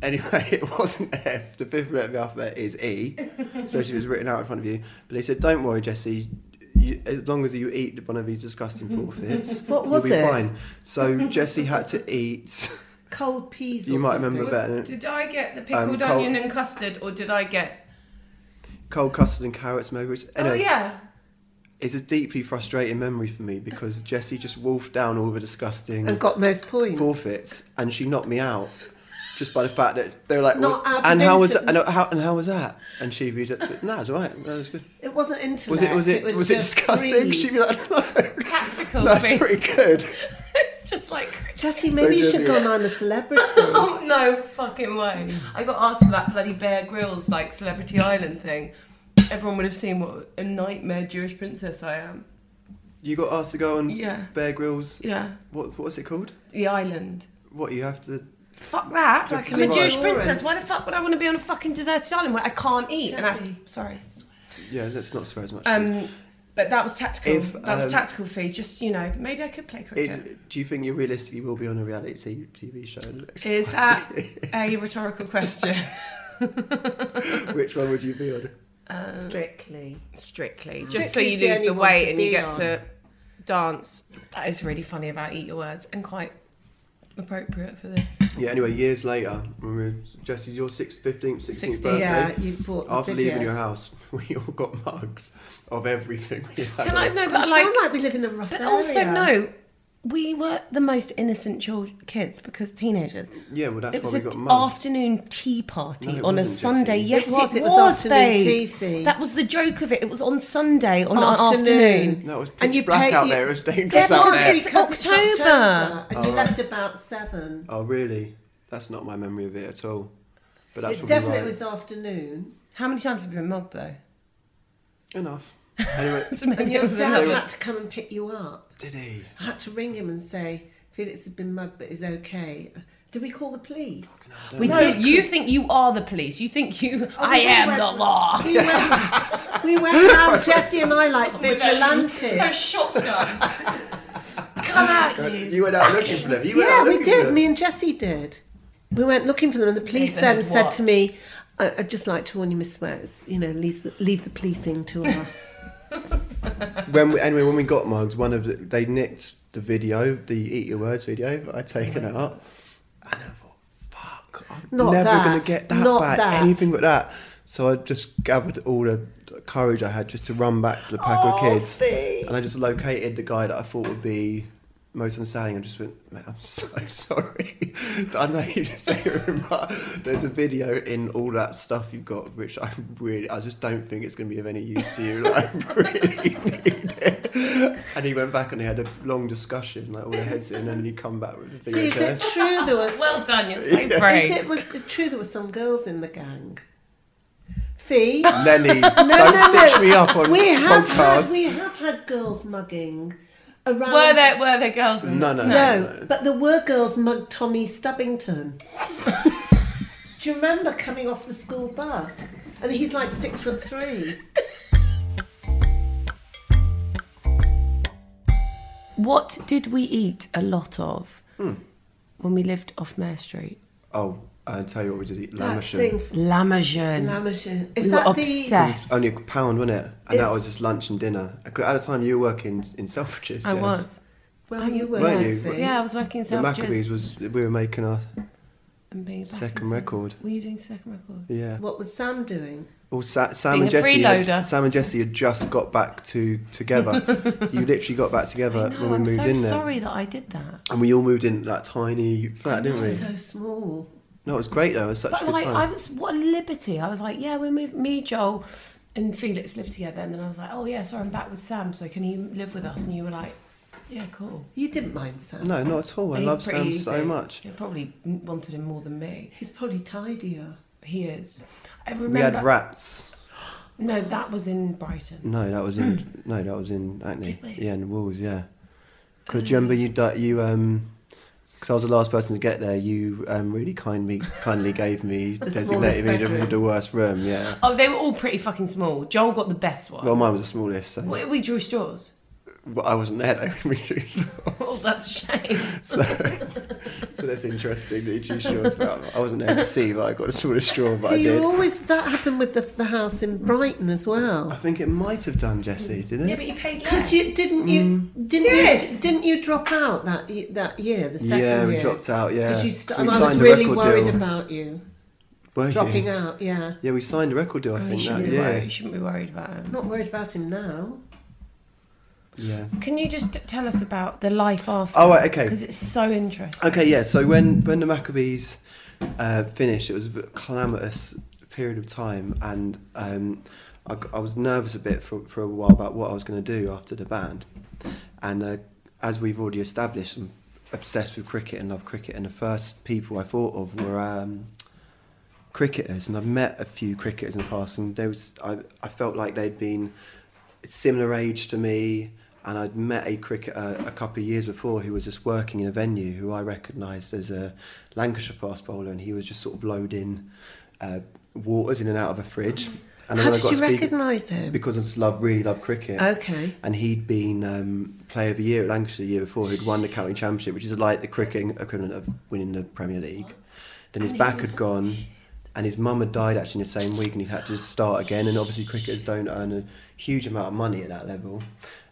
[SPEAKER 3] Anyway, it wasn't F. The fifth letter of the alphabet is E, especially if it was written out in front of you. But they said, don't worry, Jesse. You, as long as you eat one of these disgusting forfeits,
[SPEAKER 2] What was
[SPEAKER 3] you'll be
[SPEAKER 2] it?
[SPEAKER 3] fine. So Jesse had to eat.
[SPEAKER 2] Cold peas.
[SPEAKER 3] You
[SPEAKER 2] or
[SPEAKER 3] might
[SPEAKER 2] something.
[SPEAKER 3] remember better.
[SPEAKER 1] Did I get the pickled
[SPEAKER 3] Col-
[SPEAKER 1] onion and custard, or did I get?
[SPEAKER 3] Cold custard and carrots, maybe. Which,
[SPEAKER 1] Oh
[SPEAKER 3] anyway,
[SPEAKER 1] yeah,
[SPEAKER 3] it's a deeply frustrating memory for me because Jessie just wolfed down all the disgusting
[SPEAKER 2] and got most points.
[SPEAKER 3] forfeits, and she knocked me out just by the fact that they were like,
[SPEAKER 2] Not
[SPEAKER 3] "Well,
[SPEAKER 2] out of
[SPEAKER 3] and how was
[SPEAKER 2] intent.
[SPEAKER 3] and how, and how was that? And she'd be just, no, it's all right, no, it's good.
[SPEAKER 2] It wasn't intellect.
[SPEAKER 3] Was it was it, was, it
[SPEAKER 2] just
[SPEAKER 3] disgusting?
[SPEAKER 2] greed.
[SPEAKER 3] She'd be like, no,
[SPEAKER 1] Tactical.
[SPEAKER 3] that's
[SPEAKER 1] bit.
[SPEAKER 3] pretty good.
[SPEAKER 1] it's just like.
[SPEAKER 2] Jessie, maybe you
[SPEAKER 3] Jessie-
[SPEAKER 2] should go on I'm a Celebrity.
[SPEAKER 1] Oh no fucking way! I got asked for that bloody Bear Grylls like Celebrity Island thing. Everyone would have seen what a nightmare Jewish princess I am.
[SPEAKER 3] You got asked to go on
[SPEAKER 1] Yeah.
[SPEAKER 3] Bear Grylls.
[SPEAKER 1] Yeah,
[SPEAKER 3] What what's it called?
[SPEAKER 1] the island.
[SPEAKER 3] What you have to?
[SPEAKER 1] Fuck that! Like, I'm a
[SPEAKER 3] Survive.
[SPEAKER 1] Jewish princess. Why the fuck would I want to be on a fucking deserted island where I can't eat? And I sorry.
[SPEAKER 3] Yeah, let's not swear as much.
[SPEAKER 1] Um, but that was tactical.
[SPEAKER 3] If,
[SPEAKER 1] that was
[SPEAKER 3] um,
[SPEAKER 1] a tactical fee. Just you know, maybe I could play cricket.
[SPEAKER 3] It- do you think you realistically will be on a reality t- TV show? in the next-
[SPEAKER 1] Is that a rhetorical question?
[SPEAKER 3] Which one would you be on?
[SPEAKER 2] Strictly.
[SPEAKER 1] Strictly, just so you
[SPEAKER 2] Strictly's the
[SPEAKER 1] lose
[SPEAKER 2] only
[SPEAKER 1] the
[SPEAKER 2] one to
[SPEAKER 1] weight and you
[SPEAKER 2] be
[SPEAKER 1] get
[SPEAKER 2] on.
[SPEAKER 1] to dance. That is really funny about eat your words and quite appropriate for this.
[SPEAKER 3] Yeah. Anyway, years later, when we were, Jesse's your sixth, fifteenth, sixteenth
[SPEAKER 1] 16,
[SPEAKER 3] birthday.
[SPEAKER 2] Yeah, you bought the
[SPEAKER 3] After
[SPEAKER 2] video.
[SPEAKER 3] leaving your house, we all got mugs of everything we had.
[SPEAKER 1] Can I
[SPEAKER 3] on.
[SPEAKER 1] no?
[SPEAKER 2] You
[SPEAKER 1] But
[SPEAKER 2] sound
[SPEAKER 1] like,
[SPEAKER 2] like we live in a rough
[SPEAKER 1] but
[SPEAKER 2] area.
[SPEAKER 1] also no. We were the most innocent chil- kids because teenagers.
[SPEAKER 3] Yeah, well, that's
[SPEAKER 1] It
[SPEAKER 3] why
[SPEAKER 1] was
[SPEAKER 3] we
[SPEAKER 1] an
[SPEAKER 3] got mugged.
[SPEAKER 1] afternoon tea party
[SPEAKER 3] No, it
[SPEAKER 1] on a
[SPEAKER 3] wasn't,
[SPEAKER 1] Sunday.
[SPEAKER 3] Jessie.
[SPEAKER 1] Yes,
[SPEAKER 2] It was,
[SPEAKER 1] it
[SPEAKER 2] it was
[SPEAKER 1] was,
[SPEAKER 2] afternoon
[SPEAKER 1] babe.
[SPEAKER 2] tea fee.
[SPEAKER 1] That was the joke of it. It was on Sunday on
[SPEAKER 2] Afternoon.
[SPEAKER 1] an afternoon.
[SPEAKER 3] No, it was pitch
[SPEAKER 2] And you
[SPEAKER 3] black
[SPEAKER 2] pay-
[SPEAKER 3] out
[SPEAKER 2] you-
[SPEAKER 3] there. It was dangerous
[SPEAKER 1] Yeah,
[SPEAKER 3] out
[SPEAKER 1] because
[SPEAKER 3] there.
[SPEAKER 1] it's- October.
[SPEAKER 2] and you left about seven.
[SPEAKER 3] Oh, really? That's not my memory of it at all. But that's
[SPEAKER 2] It
[SPEAKER 3] probably
[SPEAKER 2] definitely
[SPEAKER 3] right.
[SPEAKER 2] was afternoon.
[SPEAKER 1] How many times have you been mugged though?
[SPEAKER 3] enough. Anyway,
[SPEAKER 1] So maybe
[SPEAKER 2] And
[SPEAKER 1] it
[SPEAKER 2] your
[SPEAKER 1] was
[SPEAKER 2] dad
[SPEAKER 1] enough.
[SPEAKER 2] had to come and pick you up.
[SPEAKER 3] did he?
[SPEAKER 2] I had to ring him and say, Felix has been mugged but is okay. Did we call the police?
[SPEAKER 1] We no, you think you are the police. You think you. I
[SPEAKER 2] we
[SPEAKER 1] am
[SPEAKER 2] went-
[SPEAKER 1] the law.
[SPEAKER 2] We went, we went round, Jesse and I, like vigilantes.
[SPEAKER 1] shotgun.
[SPEAKER 2] Come out,
[SPEAKER 3] You went out looking for them. You went
[SPEAKER 2] Yeah,
[SPEAKER 3] out
[SPEAKER 2] we
[SPEAKER 3] looking for
[SPEAKER 2] did.
[SPEAKER 3] them.
[SPEAKER 2] Me and Jesse did. We went looking for them, and the police
[SPEAKER 1] Nathan
[SPEAKER 2] then
[SPEAKER 1] had
[SPEAKER 2] said
[SPEAKER 1] what?
[SPEAKER 2] to me, I- "I'd just like to warn you, Miss Wes. You know, leave the, leave the policing to us."
[SPEAKER 3] when we, anyway, when we got mugs, one of the, they nicked the video, the Eat Your Words video. But I'd taken it up, and I thought, "Fuck, I'm
[SPEAKER 2] Not
[SPEAKER 3] never
[SPEAKER 2] that.
[SPEAKER 3] gonna get that
[SPEAKER 2] Not
[SPEAKER 3] back.
[SPEAKER 2] that.
[SPEAKER 3] Anything but that." So I just gathered all the courage I had just to run back to the pack
[SPEAKER 2] Oh,
[SPEAKER 3] of kids, and I just located the guy that I thought would be most understanding, and just went, "Mate, I'm so sorry. I know you just hear him, but there's a video in all that stuff you've got, which I really, I just don't think it's going to be of any use to you. Like, I really need it." And he went back and they had a long discussion, like all their heads in, and then he come back with the video.
[SPEAKER 2] is it true there were?
[SPEAKER 1] Well done, you're so brave.
[SPEAKER 2] Is it was, it's true there were some girls in the gang? Fee.
[SPEAKER 3] Lenny, don't
[SPEAKER 2] no,
[SPEAKER 3] stitch
[SPEAKER 2] no.
[SPEAKER 3] me up on
[SPEAKER 2] We have
[SPEAKER 3] podcast.
[SPEAKER 2] had we have had girls mugging around.
[SPEAKER 1] Were there were there girls? In
[SPEAKER 3] No, no, no.
[SPEAKER 2] No, but there were girls mugged Tommy Stubbington. Do you remember coming off the school bus? And he's like six foot three.
[SPEAKER 1] What did we eat a lot of
[SPEAKER 3] Hmm.
[SPEAKER 1] when we lived off Mare Street?
[SPEAKER 3] Oh, I'll tell you what we did eat.
[SPEAKER 2] That
[SPEAKER 3] Lamasham.
[SPEAKER 2] thing.
[SPEAKER 1] Lamajun.
[SPEAKER 2] Lamashin. Is
[SPEAKER 1] we were
[SPEAKER 2] that
[SPEAKER 1] obsessed.
[SPEAKER 3] Only a pound, wasn't it? And that
[SPEAKER 2] It's-
[SPEAKER 3] was just lunch and dinner. At the time, you were working in Selfridges.
[SPEAKER 1] I
[SPEAKER 3] yes.
[SPEAKER 1] was. Um,
[SPEAKER 2] the when Oh, you were
[SPEAKER 3] Weren't
[SPEAKER 2] there,
[SPEAKER 3] you?
[SPEAKER 2] Fee?
[SPEAKER 1] Yeah, I was working in
[SPEAKER 3] The Maccabees
[SPEAKER 1] Selfridges
[SPEAKER 3] was we were making our
[SPEAKER 1] and being back
[SPEAKER 3] second
[SPEAKER 1] in Sel-
[SPEAKER 3] record.
[SPEAKER 1] Were you doing second record?
[SPEAKER 3] yeah.
[SPEAKER 2] What was Sam doing?
[SPEAKER 3] Well, Sa- Sam
[SPEAKER 1] Being
[SPEAKER 3] and
[SPEAKER 1] a
[SPEAKER 3] Jesse.
[SPEAKER 1] freeloader.
[SPEAKER 3] Had, Sam and Jesse had just got back to together. you literally got back together
[SPEAKER 1] No,
[SPEAKER 3] when we
[SPEAKER 1] I'm
[SPEAKER 3] moved
[SPEAKER 1] so
[SPEAKER 3] in there,
[SPEAKER 1] sorry that I did that.
[SPEAKER 3] and we all moved in that tiny flat, didn't we?
[SPEAKER 2] So small.
[SPEAKER 3] No, it was great though. It was such a
[SPEAKER 1] But
[SPEAKER 3] good
[SPEAKER 1] like,
[SPEAKER 3] time.
[SPEAKER 1] I was what a liberty. I was like, yeah, we moved. Me, Joel, and Felix lived together, and then I was like, oh yeah, so I'm back with Sam. So can he live with us? And you were like, yeah, cool.
[SPEAKER 2] You didn't mind Sam.
[SPEAKER 3] No, not at all. I
[SPEAKER 1] He's
[SPEAKER 3] love
[SPEAKER 1] pretty
[SPEAKER 3] Sam
[SPEAKER 1] easy.
[SPEAKER 3] so much.
[SPEAKER 1] You probably m- wanted him more than me.
[SPEAKER 2] He's probably tidier.
[SPEAKER 1] He is. I remember.
[SPEAKER 3] We had rats.
[SPEAKER 1] No, that was in Brighton.
[SPEAKER 3] No, that was in no, that was in Acne.
[SPEAKER 1] Mm. Did we? Uh,
[SPEAKER 3] Yeah, in the walls. Yeah. Because you remember you di- you um. Because I was the last person to get there, you um, really kindly kindly gave me designated me the,
[SPEAKER 2] bedroom.
[SPEAKER 3] the worst room. Yeah.
[SPEAKER 1] Oh, they were all pretty fucking small. Joel got the best one.
[SPEAKER 3] Well, mine was the smallest, so
[SPEAKER 1] we, we drew straws.
[SPEAKER 3] but I wasn't there though. when we drew straws.
[SPEAKER 1] Oh, that's a shame.
[SPEAKER 3] so, so that's interesting that you drew straws. Well, I wasn't there to see, but I got the smallest straw, but I
[SPEAKER 2] you
[SPEAKER 3] did.
[SPEAKER 2] always that happened with the, the house in Brighton as
[SPEAKER 3] I
[SPEAKER 2] well.
[SPEAKER 3] think it might have done, Jesse, didn't it?
[SPEAKER 1] you paid
[SPEAKER 2] Because you didn't you didn't
[SPEAKER 1] Yes.
[SPEAKER 2] you didn't you drop out that y- that year the second
[SPEAKER 3] Mm. yeah,
[SPEAKER 2] year?
[SPEAKER 3] we dropped out. Yeah,
[SPEAKER 2] Because you
[SPEAKER 3] So
[SPEAKER 2] st-
[SPEAKER 3] we
[SPEAKER 2] and I was
[SPEAKER 3] signed a
[SPEAKER 2] really
[SPEAKER 3] record
[SPEAKER 2] worried
[SPEAKER 3] deal.
[SPEAKER 2] about you
[SPEAKER 3] Were you?
[SPEAKER 2] dropping out. Yeah,
[SPEAKER 3] Yeah, we signed a record deal. I
[SPEAKER 1] Oh, you
[SPEAKER 3] think
[SPEAKER 1] shouldn't,
[SPEAKER 3] that
[SPEAKER 1] be
[SPEAKER 3] year.
[SPEAKER 1] worried. you shouldn't be worried about him.
[SPEAKER 2] not worried about him now.
[SPEAKER 3] Yeah.
[SPEAKER 1] Can you just t- tell us about the life after?
[SPEAKER 3] Oh, right, okay.
[SPEAKER 1] Because it's so interesting.
[SPEAKER 3] Okay, yeah. So when when the Maccabees uh, finished, it was a bit calamitous period of time, and um, I, g- I was nervous a bit for for a while about what I was going to do after the band. And uh, as we've already established, I'm obsessed with cricket and love cricket. And the first people I thought of were um, cricketers, and I've met a few cricketers in the past, and there was I, I felt like they'd been similar age to me, and I'd met a cricketer a couple of years before who was just working in a venue who I recognised as a Lancashire fast bowler, and he was just sort of loading uh, waters in and out of a fridge. And
[SPEAKER 2] How
[SPEAKER 3] when I
[SPEAKER 2] did
[SPEAKER 3] got
[SPEAKER 2] you
[SPEAKER 3] to speak-
[SPEAKER 2] recognise him?
[SPEAKER 3] Because I just love, really love cricket.
[SPEAKER 2] Okay.
[SPEAKER 3] And he'd been um, player of the year at Lancashire the year before, who'd won the county championship, which is like the cricketing equivalent of winning the Premier League. Then his back had gone, and his mum had died actually in the same week, and he had to start again. And obviously, cricketers don't earn a huge amount of money at that level.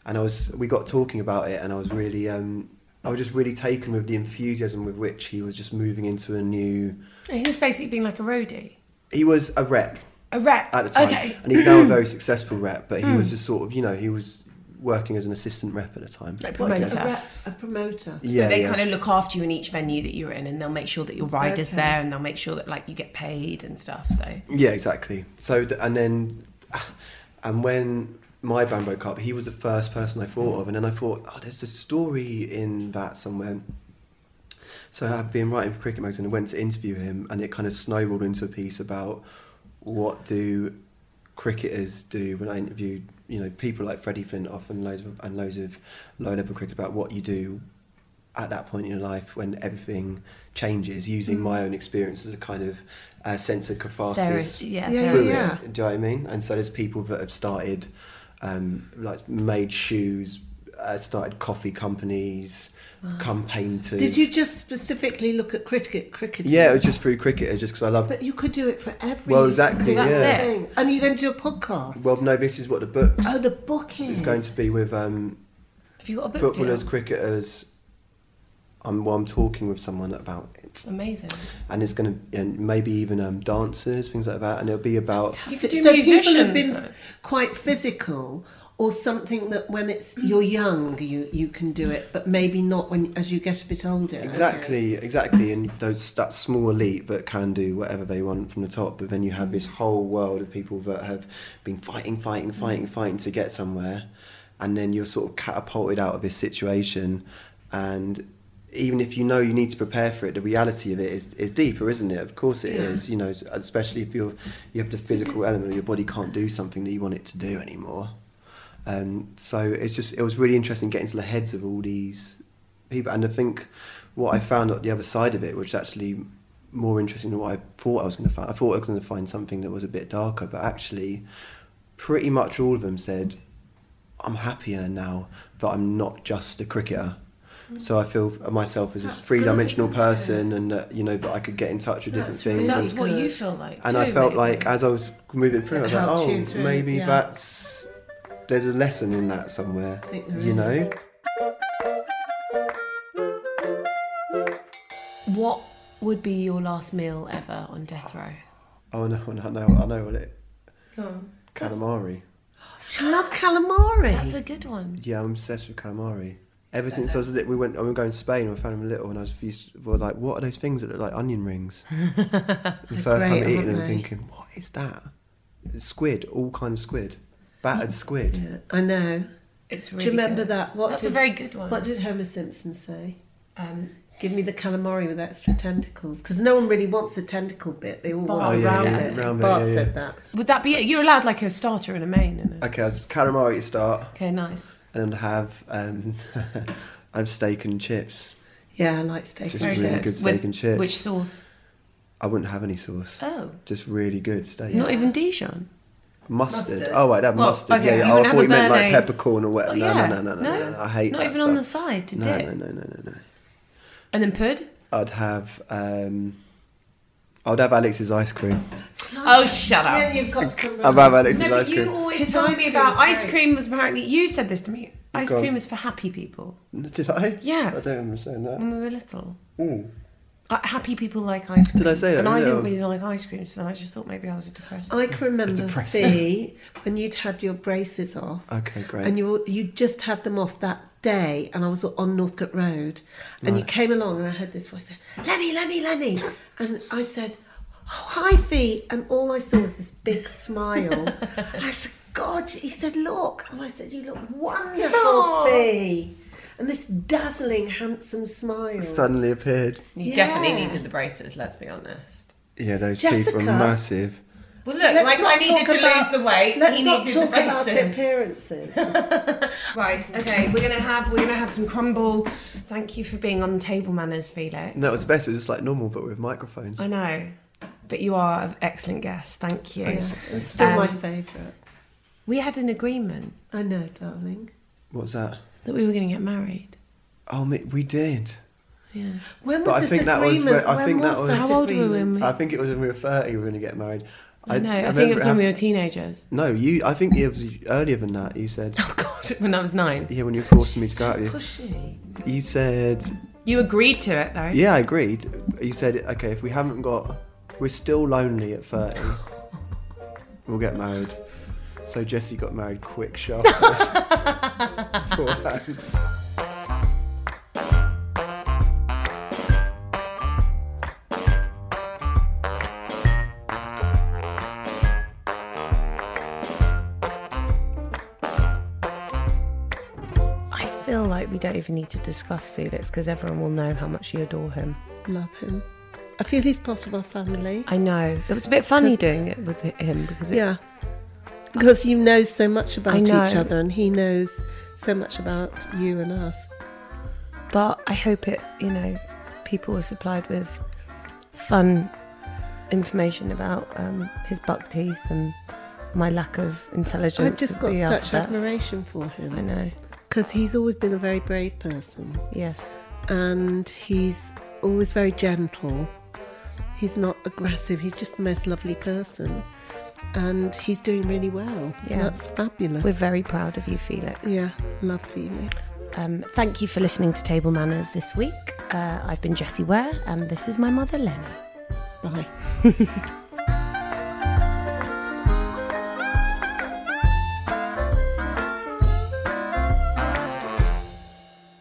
[SPEAKER 3] And I was, we got talking about it, and I was really, um, I was just really taken with the enthusiasm with which he was just moving into a new.
[SPEAKER 1] He was basically being like a roadie,
[SPEAKER 3] He was a rep
[SPEAKER 1] a rep.
[SPEAKER 3] at the time,
[SPEAKER 1] Okay.
[SPEAKER 3] and he's now a very successful rep. But he was just sort of, you know, he was working as an assistant rep at the time.
[SPEAKER 1] Like
[SPEAKER 3] I guess.
[SPEAKER 2] A,
[SPEAKER 1] promoter.
[SPEAKER 2] rep, a promoter.
[SPEAKER 3] Yeah,
[SPEAKER 1] so they
[SPEAKER 3] yeah.
[SPEAKER 1] kind of look after you in each venue that you're in, and they'll make sure that your rider's there, and they'll make sure that like you get paid and stuff. So
[SPEAKER 3] Yeah, exactly. So th- and then, and when my band broke up, he was the first person I thought of, and then I thought, oh, there's a story in that somewhere. So I've been writing for Cricket Magazine and went to interview him, and it kind of snowballed into a piece about what do cricketers do. When I interviewed, you know, people like Freddie Flintoff and loads of and loads of low-level cricket about what you do at that point in your life when everything changes, using my own experience as a kind of uh, sense of catharsis
[SPEAKER 1] Therapy, yeah,
[SPEAKER 2] Yeah,
[SPEAKER 3] through
[SPEAKER 1] therapy.
[SPEAKER 2] yeah.
[SPEAKER 3] it. Do you know what I mean? And so there's people that have started, um, like made shoes, uh, started coffee companies, come painters.
[SPEAKER 2] Did you just specifically look at cricket? Cricket.
[SPEAKER 3] Yeah, it was just through cricket, just because I love.
[SPEAKER 2] But you could do it for every.
[SPEAKER 3] Well, exactly,
[SPEAKER 2] single
[SPEAKER 3] yeah.
[SPEAKER 2] Thing. And you're going to do a podcast.
[SPEAKER 3] Well, no, this is what the book
[SPEAKER 2] oh, the book is.
[SPEAKER 3] is going to be with um,
[SPEAKER 1] Have you got a book
[SPEAKER 3] footballers,
[SPEAKER 1] deal?
[SPEAKER 3] cricketers. I'm, well, I'm talking with someone about it,
[SPEAKER 1] Amazing.
[SPEAKER 3] and it's going to and maybe even um, dancers, things like that, and it'll be about
[SPEAKER 1] You could do
[SPEAKER 2] so people
[SPEAKER 1] musicians,
[SPEAKER 2] have been
[SPEAKER 1] though.
[SPEAKER 2] quite physical, or something that when it's you're young, you you can do it, but maybe not when as you get a bit older.
[SPEAKER 3] Exactly, exactly, and those that small elite that can do whatever they want from the top, but then you have this whole world of people that have been fighting, fighting, fighting, fighting to get somewhere, and then you're sort of catapulted out of this situation, and even if you know you need to prepare for it, the reality of it is, is deeper, isn't it? Of course it is. you know, especially if you're you have the physical element, your body can't do something that you want it to do anymore. Um, so it's just it was really interesting getting to the heads of all these people, and I think what I found at the other side of it, which is actually more interesting than what I thought I was going to find. I thought I was going to find something that was a bit darker, but actually, pretty much all of them said, "I'm happier now that I'm not just a cricketer." So I feel myself as a three-dimensional person, and that you know that I could get in touch with different things. and-
[SPEAKER 1] That's what you feel like.
[SPEAKER 3] and
[SPEAKER 1] too,
[SPEAKER 3] I felt
[SPEAKER 1] maybe.
[SPEAKER 3] like as I was moving through, I was like,
[SPEAKER 2] helped
[SPEAKER 3] oh,
[SPEAKER 2] you through,
[SPEAKER 3] maybe
[SPEAKER 2] yeah.
[SPEAKER 3] that's there's a lesson in that somewhere.
[SPEAKER 2] think there
[SPEAKER 3] you know,
[SPEAKER 2] is.
[SPEAKER 1] what would be your last meal ever on death row?
[SPEAKER 3] oh no, no, no, I know what it.
[SPEAKER 1] Go on.
[SPEAKER 3] Calamari.
[SPEAKER 2] I love calamari.
[SPEAKER 1] That's a good one.
[SPEAKER 3] Yeah, I'm obsessed with calamari. Ever since I was little, we went. I was going to Spain. and I found them little, and I was used to, were like, "What are those things that look like onion rings?" the first time
[SPEAKER 2] great,
[SPEAKER 3] I eating
[SPEAKER 2] aren't
[SPEAKER 3] them,
[SPEAKER 2] they?
[SPEAKER 3] thinking, "What is that?" Squid, all kind of squid, battered squid.
[SPEAKER 2] Yeah, I know.
[SPEAKER 1] It's
[SPEAKER 2] Do
[SPEAKER 1] really
[SPEAKER 2] you remember
[SPEAKER 1] good.
[SPEAKER 2] that? What
[SPEAKER 1] That's
[SPEAKER 2] did,
[SPEAKER 1] a very good one.
[SPEAKER 2] What did Homer Simpson say?
[SPEAKER 1] um,
[SPEAKER 2] Give me the calamari with extra tentacles, because no one really wants the tentacle bit. They all
[SPEAKER 3] Oh,
[SPEAKER 2] want
[SPEAKER 3] yeah,
[SPEAKER 2] around
[SPEAKER 3] yeah,
[SPEAKER 2] it.
[SPEAKER 3] round bit,
[SPEAKER 2] Bart
[SPEAKER 3] yeah,
[SPEAKER 2] said that.
[SPEAKER 1] would that be it? You're allowed like a starter and a main. And a...
[SPEAKER 3] Okay, I was calamari to start,
[SPEAKER 1] Okay, nice.
[SPEAKER 3] and then have um, I have steak and chips.
[SPEAKER 2] Yeah, I like steak.
[SPEAKER 3] It's
[SPEAKER 2] and
[SPEAKER 3] just
[SPEAKER 2] chips.
[SPEAKER 3] really good steak
[SPEAKER 1] With
[SPEAKER 3] and chips.
[SPEAKER 1] Which sauce?
[SPEAKER 3] I wouldn't have any sauce.
[SPEAKER 1] Oh,
[SPEAKER 3] Just really good steak.
[SPEAKER 1] not even Dijon.
[SPEAKER 3] mustard.
[SPEAKER 2] Mustard.
[SPEAKER 3] Oh wait, that
[SPEAKER 1] Well,
[SPEAKER 3] mustard.
[SPEAKER 1] okay,
[SPEAKER 3] yeah, yeah.
[SPEAKER 1] you
[SPEAKER 3] Oh,
[SPEAKER 1] wouldn't
[SPEAKER 3] I
[SPEAKER 1] have
[SPEAKER 3] thought
[SPEAKER 1] a
[SPEAKER 3] you meant like
[SPEAKER 1] mayonnaise.
[SPEAKER 3] peppercorn or whatever.
[SPEAKER 1] Oh,
[SPEAKER 3] no,
[SPEAKER 1] yeah.
[SPEAKER 3] no, no, no, no, no, I hate
[SPEAKER 1] Not
[SPEAKER 3] that
[SPEAKER 1] even on the
[SPEAKER 3] stuff.
[SPEAKER 1] side to
[SPEAKER 3] No,
[SPEAKER 1] dip.
[SPEAKER 3] no, no, no, no, no.
[SPEAKER 1] And then pud.
[SPEAKER 3] I'd have. Um, I'd have Alex's ice cream.
[SPEAKER 1] Oh, shut up.
[SPEAKER 2] Yeah, you've got to come
[SPEAKER 3] I'd
[SPEAKER 2] round.
[SPEAKER 3] have Alex's
[SPEAKER 1] No,
[SPEAKER 3] ice
[SPEAKER 1] but
[SPEAKER 3] cream.
[SPEAKER 1] you always
[SPEAKER 2] His
[SPEAKER 1] told
[SPEAKER 2] ice
[SPEAKER 1] me
[SPEAKER 2] cream
[SPEAKER 1] about
[SPEAKER 2] is
[SPEAKER 1] ice
[SPEAKER 2] great.
[SPEAKER 1] cream was apparently you said this to me. Ice
[SPEAKER 3] Go on.
[SPEAKER 1] cream is for happy people
[SPEAKER 3] Did I?
[SPEAKER 1] Yeah. Mm.
[SPEAKER 3] I don't understand that.
[SPEAKER 1] when we were little.
[SPEAKER 3] Mm.
[SPEAKER 1] Uh, happy people like ice cream.
[SPEAKER 3] I say that?
[SPEAKER 1] And I
[SPEAKER 3] Yeah.
[SPEAKER 1] didn't really like ice cream, so then I just thought maybe I was a depressed.
[SPEAKER 2] I can remember B when you'd had your braces off.
[SPEAKER 3] Okay, great.
[SPEAKER 2] And you were- you just had them off that day, and I was on Northcote Road, and you came along, and I heard this voice say, "Lenny, Lenny, Lenny," and I said, oh, "Hi, V," and all I saw was this big smile. I said, "God," he said, "Look," and I said, "You look
[SPEAKER 1] Oh.
[SPEAKER 2] wonderful, V," and this dazzling, handsome smile.
[SPEAKER 3] Suddenly appeared.
[SPEAKER 1] You
[SPEAKER 2] Yeah.
[SPEAKER 1] definitely needed the braces, let's be honest.
[SPEAKER 3] Yeah, those teeth were
[SPEAKER 2] Jessica.
[SPEAKER 3] massive.
[SPEAKER 1] Well, look,
[SPEAKER 2] Let's
[SPEAKER 1] like
[SPEAKER 2] not
[SPEAKER 1] I needed
[SPEAKER 2] talk
[SPEAKER 1] to
[SPEAKER 2] about-
[SPEAKER 1] lose the weight,
[SPEAKER 2] Let's
[SPEAKER 1] he
[SPEAKER 2] not
[SPEAKER 1] needed
[SPEAKER 2] talk
[SPEAKER 1] the
[SPEAKER 2] about
[SPEAKER 1] braces.
[SPEAKER 2] appearances.
[SPEAKER 1] Right, okay, we're gonna have we're gonna have some crumble. Thank you for being on table manners, Felix.
[SPEAKER 3] No, it's best. It was just like normal, but with microphones.
[SPEAKER 1] I know, but you are an excellent guest. Thank you.
[SPEAKER 2] It's still my
[SPEAKER 1] Um,
[SPEAKER 2] favourite.
[SPEAKER 1] We had an agreement
[SPEAKER 2] I know, darling.
[SPEAKER 3] What's that?
[SPEAKER 1] that we were going to get married.
[SPEAKER 3] Oh, ma- we did.
[SPEAKER 1] Yeah.
[SPEAKER 2] When was
[SPEAKER 3] But I
[SPEAKER 2] this
[SPEAKER 3] think that was
[SPEAKER 2] agreement?
[SPEAKER 3] where- I
[SPEAKER 2] when
[SPEAKER 3] think that
[SPEAKER 2] was
[SPEAKER 3] was-
[SPEAKER 2] this
[SPEAKER 1] How old were we
[SPEAKER 2] agreement?
[SPEAKER 1] when we?
[SPEAKER 3] I think it was when we were thirty. We were going to get married.
[SPEAKER 1] I know. I, think it was when we were teenagers.
[SPEAKER 3] No, you. I think it was earlier than that. You said.
[SPEAKER 1] Oh God, when I was nine.
[SPEAKER 3] Yeah, when you were forcing me to go out with
[SPEAKER 2] Pushy.
[SPEAKER 3] you, you said,
[SPEAKER 1] You agreed to it though.
[SPEAKER 3] "Yeah, I agreed." You said, "Okay, if we haven't got, we're still lonely at 30, we'll get married." So Jesse got married quick, sharp. Beforehand.
[SPEAKER 1] I feel like we don't even need to discuss Felix because everyone will know how much you adore him.
[SPEAKER 2] Love him. I feel he's part of our family.
[SPEAKER 1] I know. It was a bit funny
[SPEAKER 2] 'Cause-
[SPEAKER 1] doing it with him because it,
[SPEAKER 2] Yeah. Because you know so much
[SPEAKER 1] I
[SPEAKER 2] about each
[SPEAKER 1] know.
[SPEAKER 2] other, and he knows so much about you and us.
[SPEAKER 1] But I hope it, you know, people were supplied with fun information about um, his buck teeth and my lack of intelligence.
[SPEAKER 2] I've just
[SPEAKER 1] would
[SPEAKER 2] got
[SPEAKER 1] be after
[SPEAKER 2] such
[SPEAKER 1] that.
[SPEAKER 2] admiration for
[SPEAKER 1] I
[SPEAKER 2] him
[SPEAKER 1] know.
[SPEAKER 2] because he's always been a very brave person,
[SPEAKER 1] Yes.
[SPEAKER 2] and he's always very gentle. He's not aggressive. He's just the most lovely person, and he's doing really well.
[SPEAKER 1] Yeah.
[SPEAKER 2] that's fabulous.
[SPEAKER 1] We're very proud of you, Felix.
[SPEAKER 2] yeah, love Felix.
[SPEAKER 1] Um, thank you for listening to Table Manners this week. Uh, I've been Jessie Ware, and this is my mother, Lenny.
[SPEAKER 2] Bye.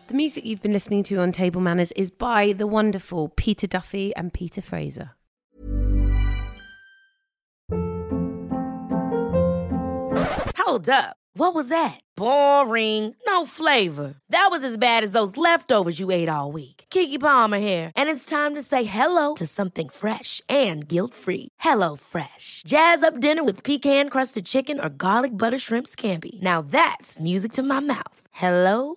[SPEAKER 1] The music you've been listening to on Table Manners is by the wonderful Peter Duffy and Peter Fraser.
[SPEAKER 7] Hold up. What was that? Boring. No flavor. That was as bad as those leftovers you ate all week. Kiki Palmer here, and it's time to say hello to something fresh and guilt-free. Hello Fresh. Jazz up dinner with pecan-crusted chicken or garlic butter shrimp scampi. Now that's music to my mouth. Hello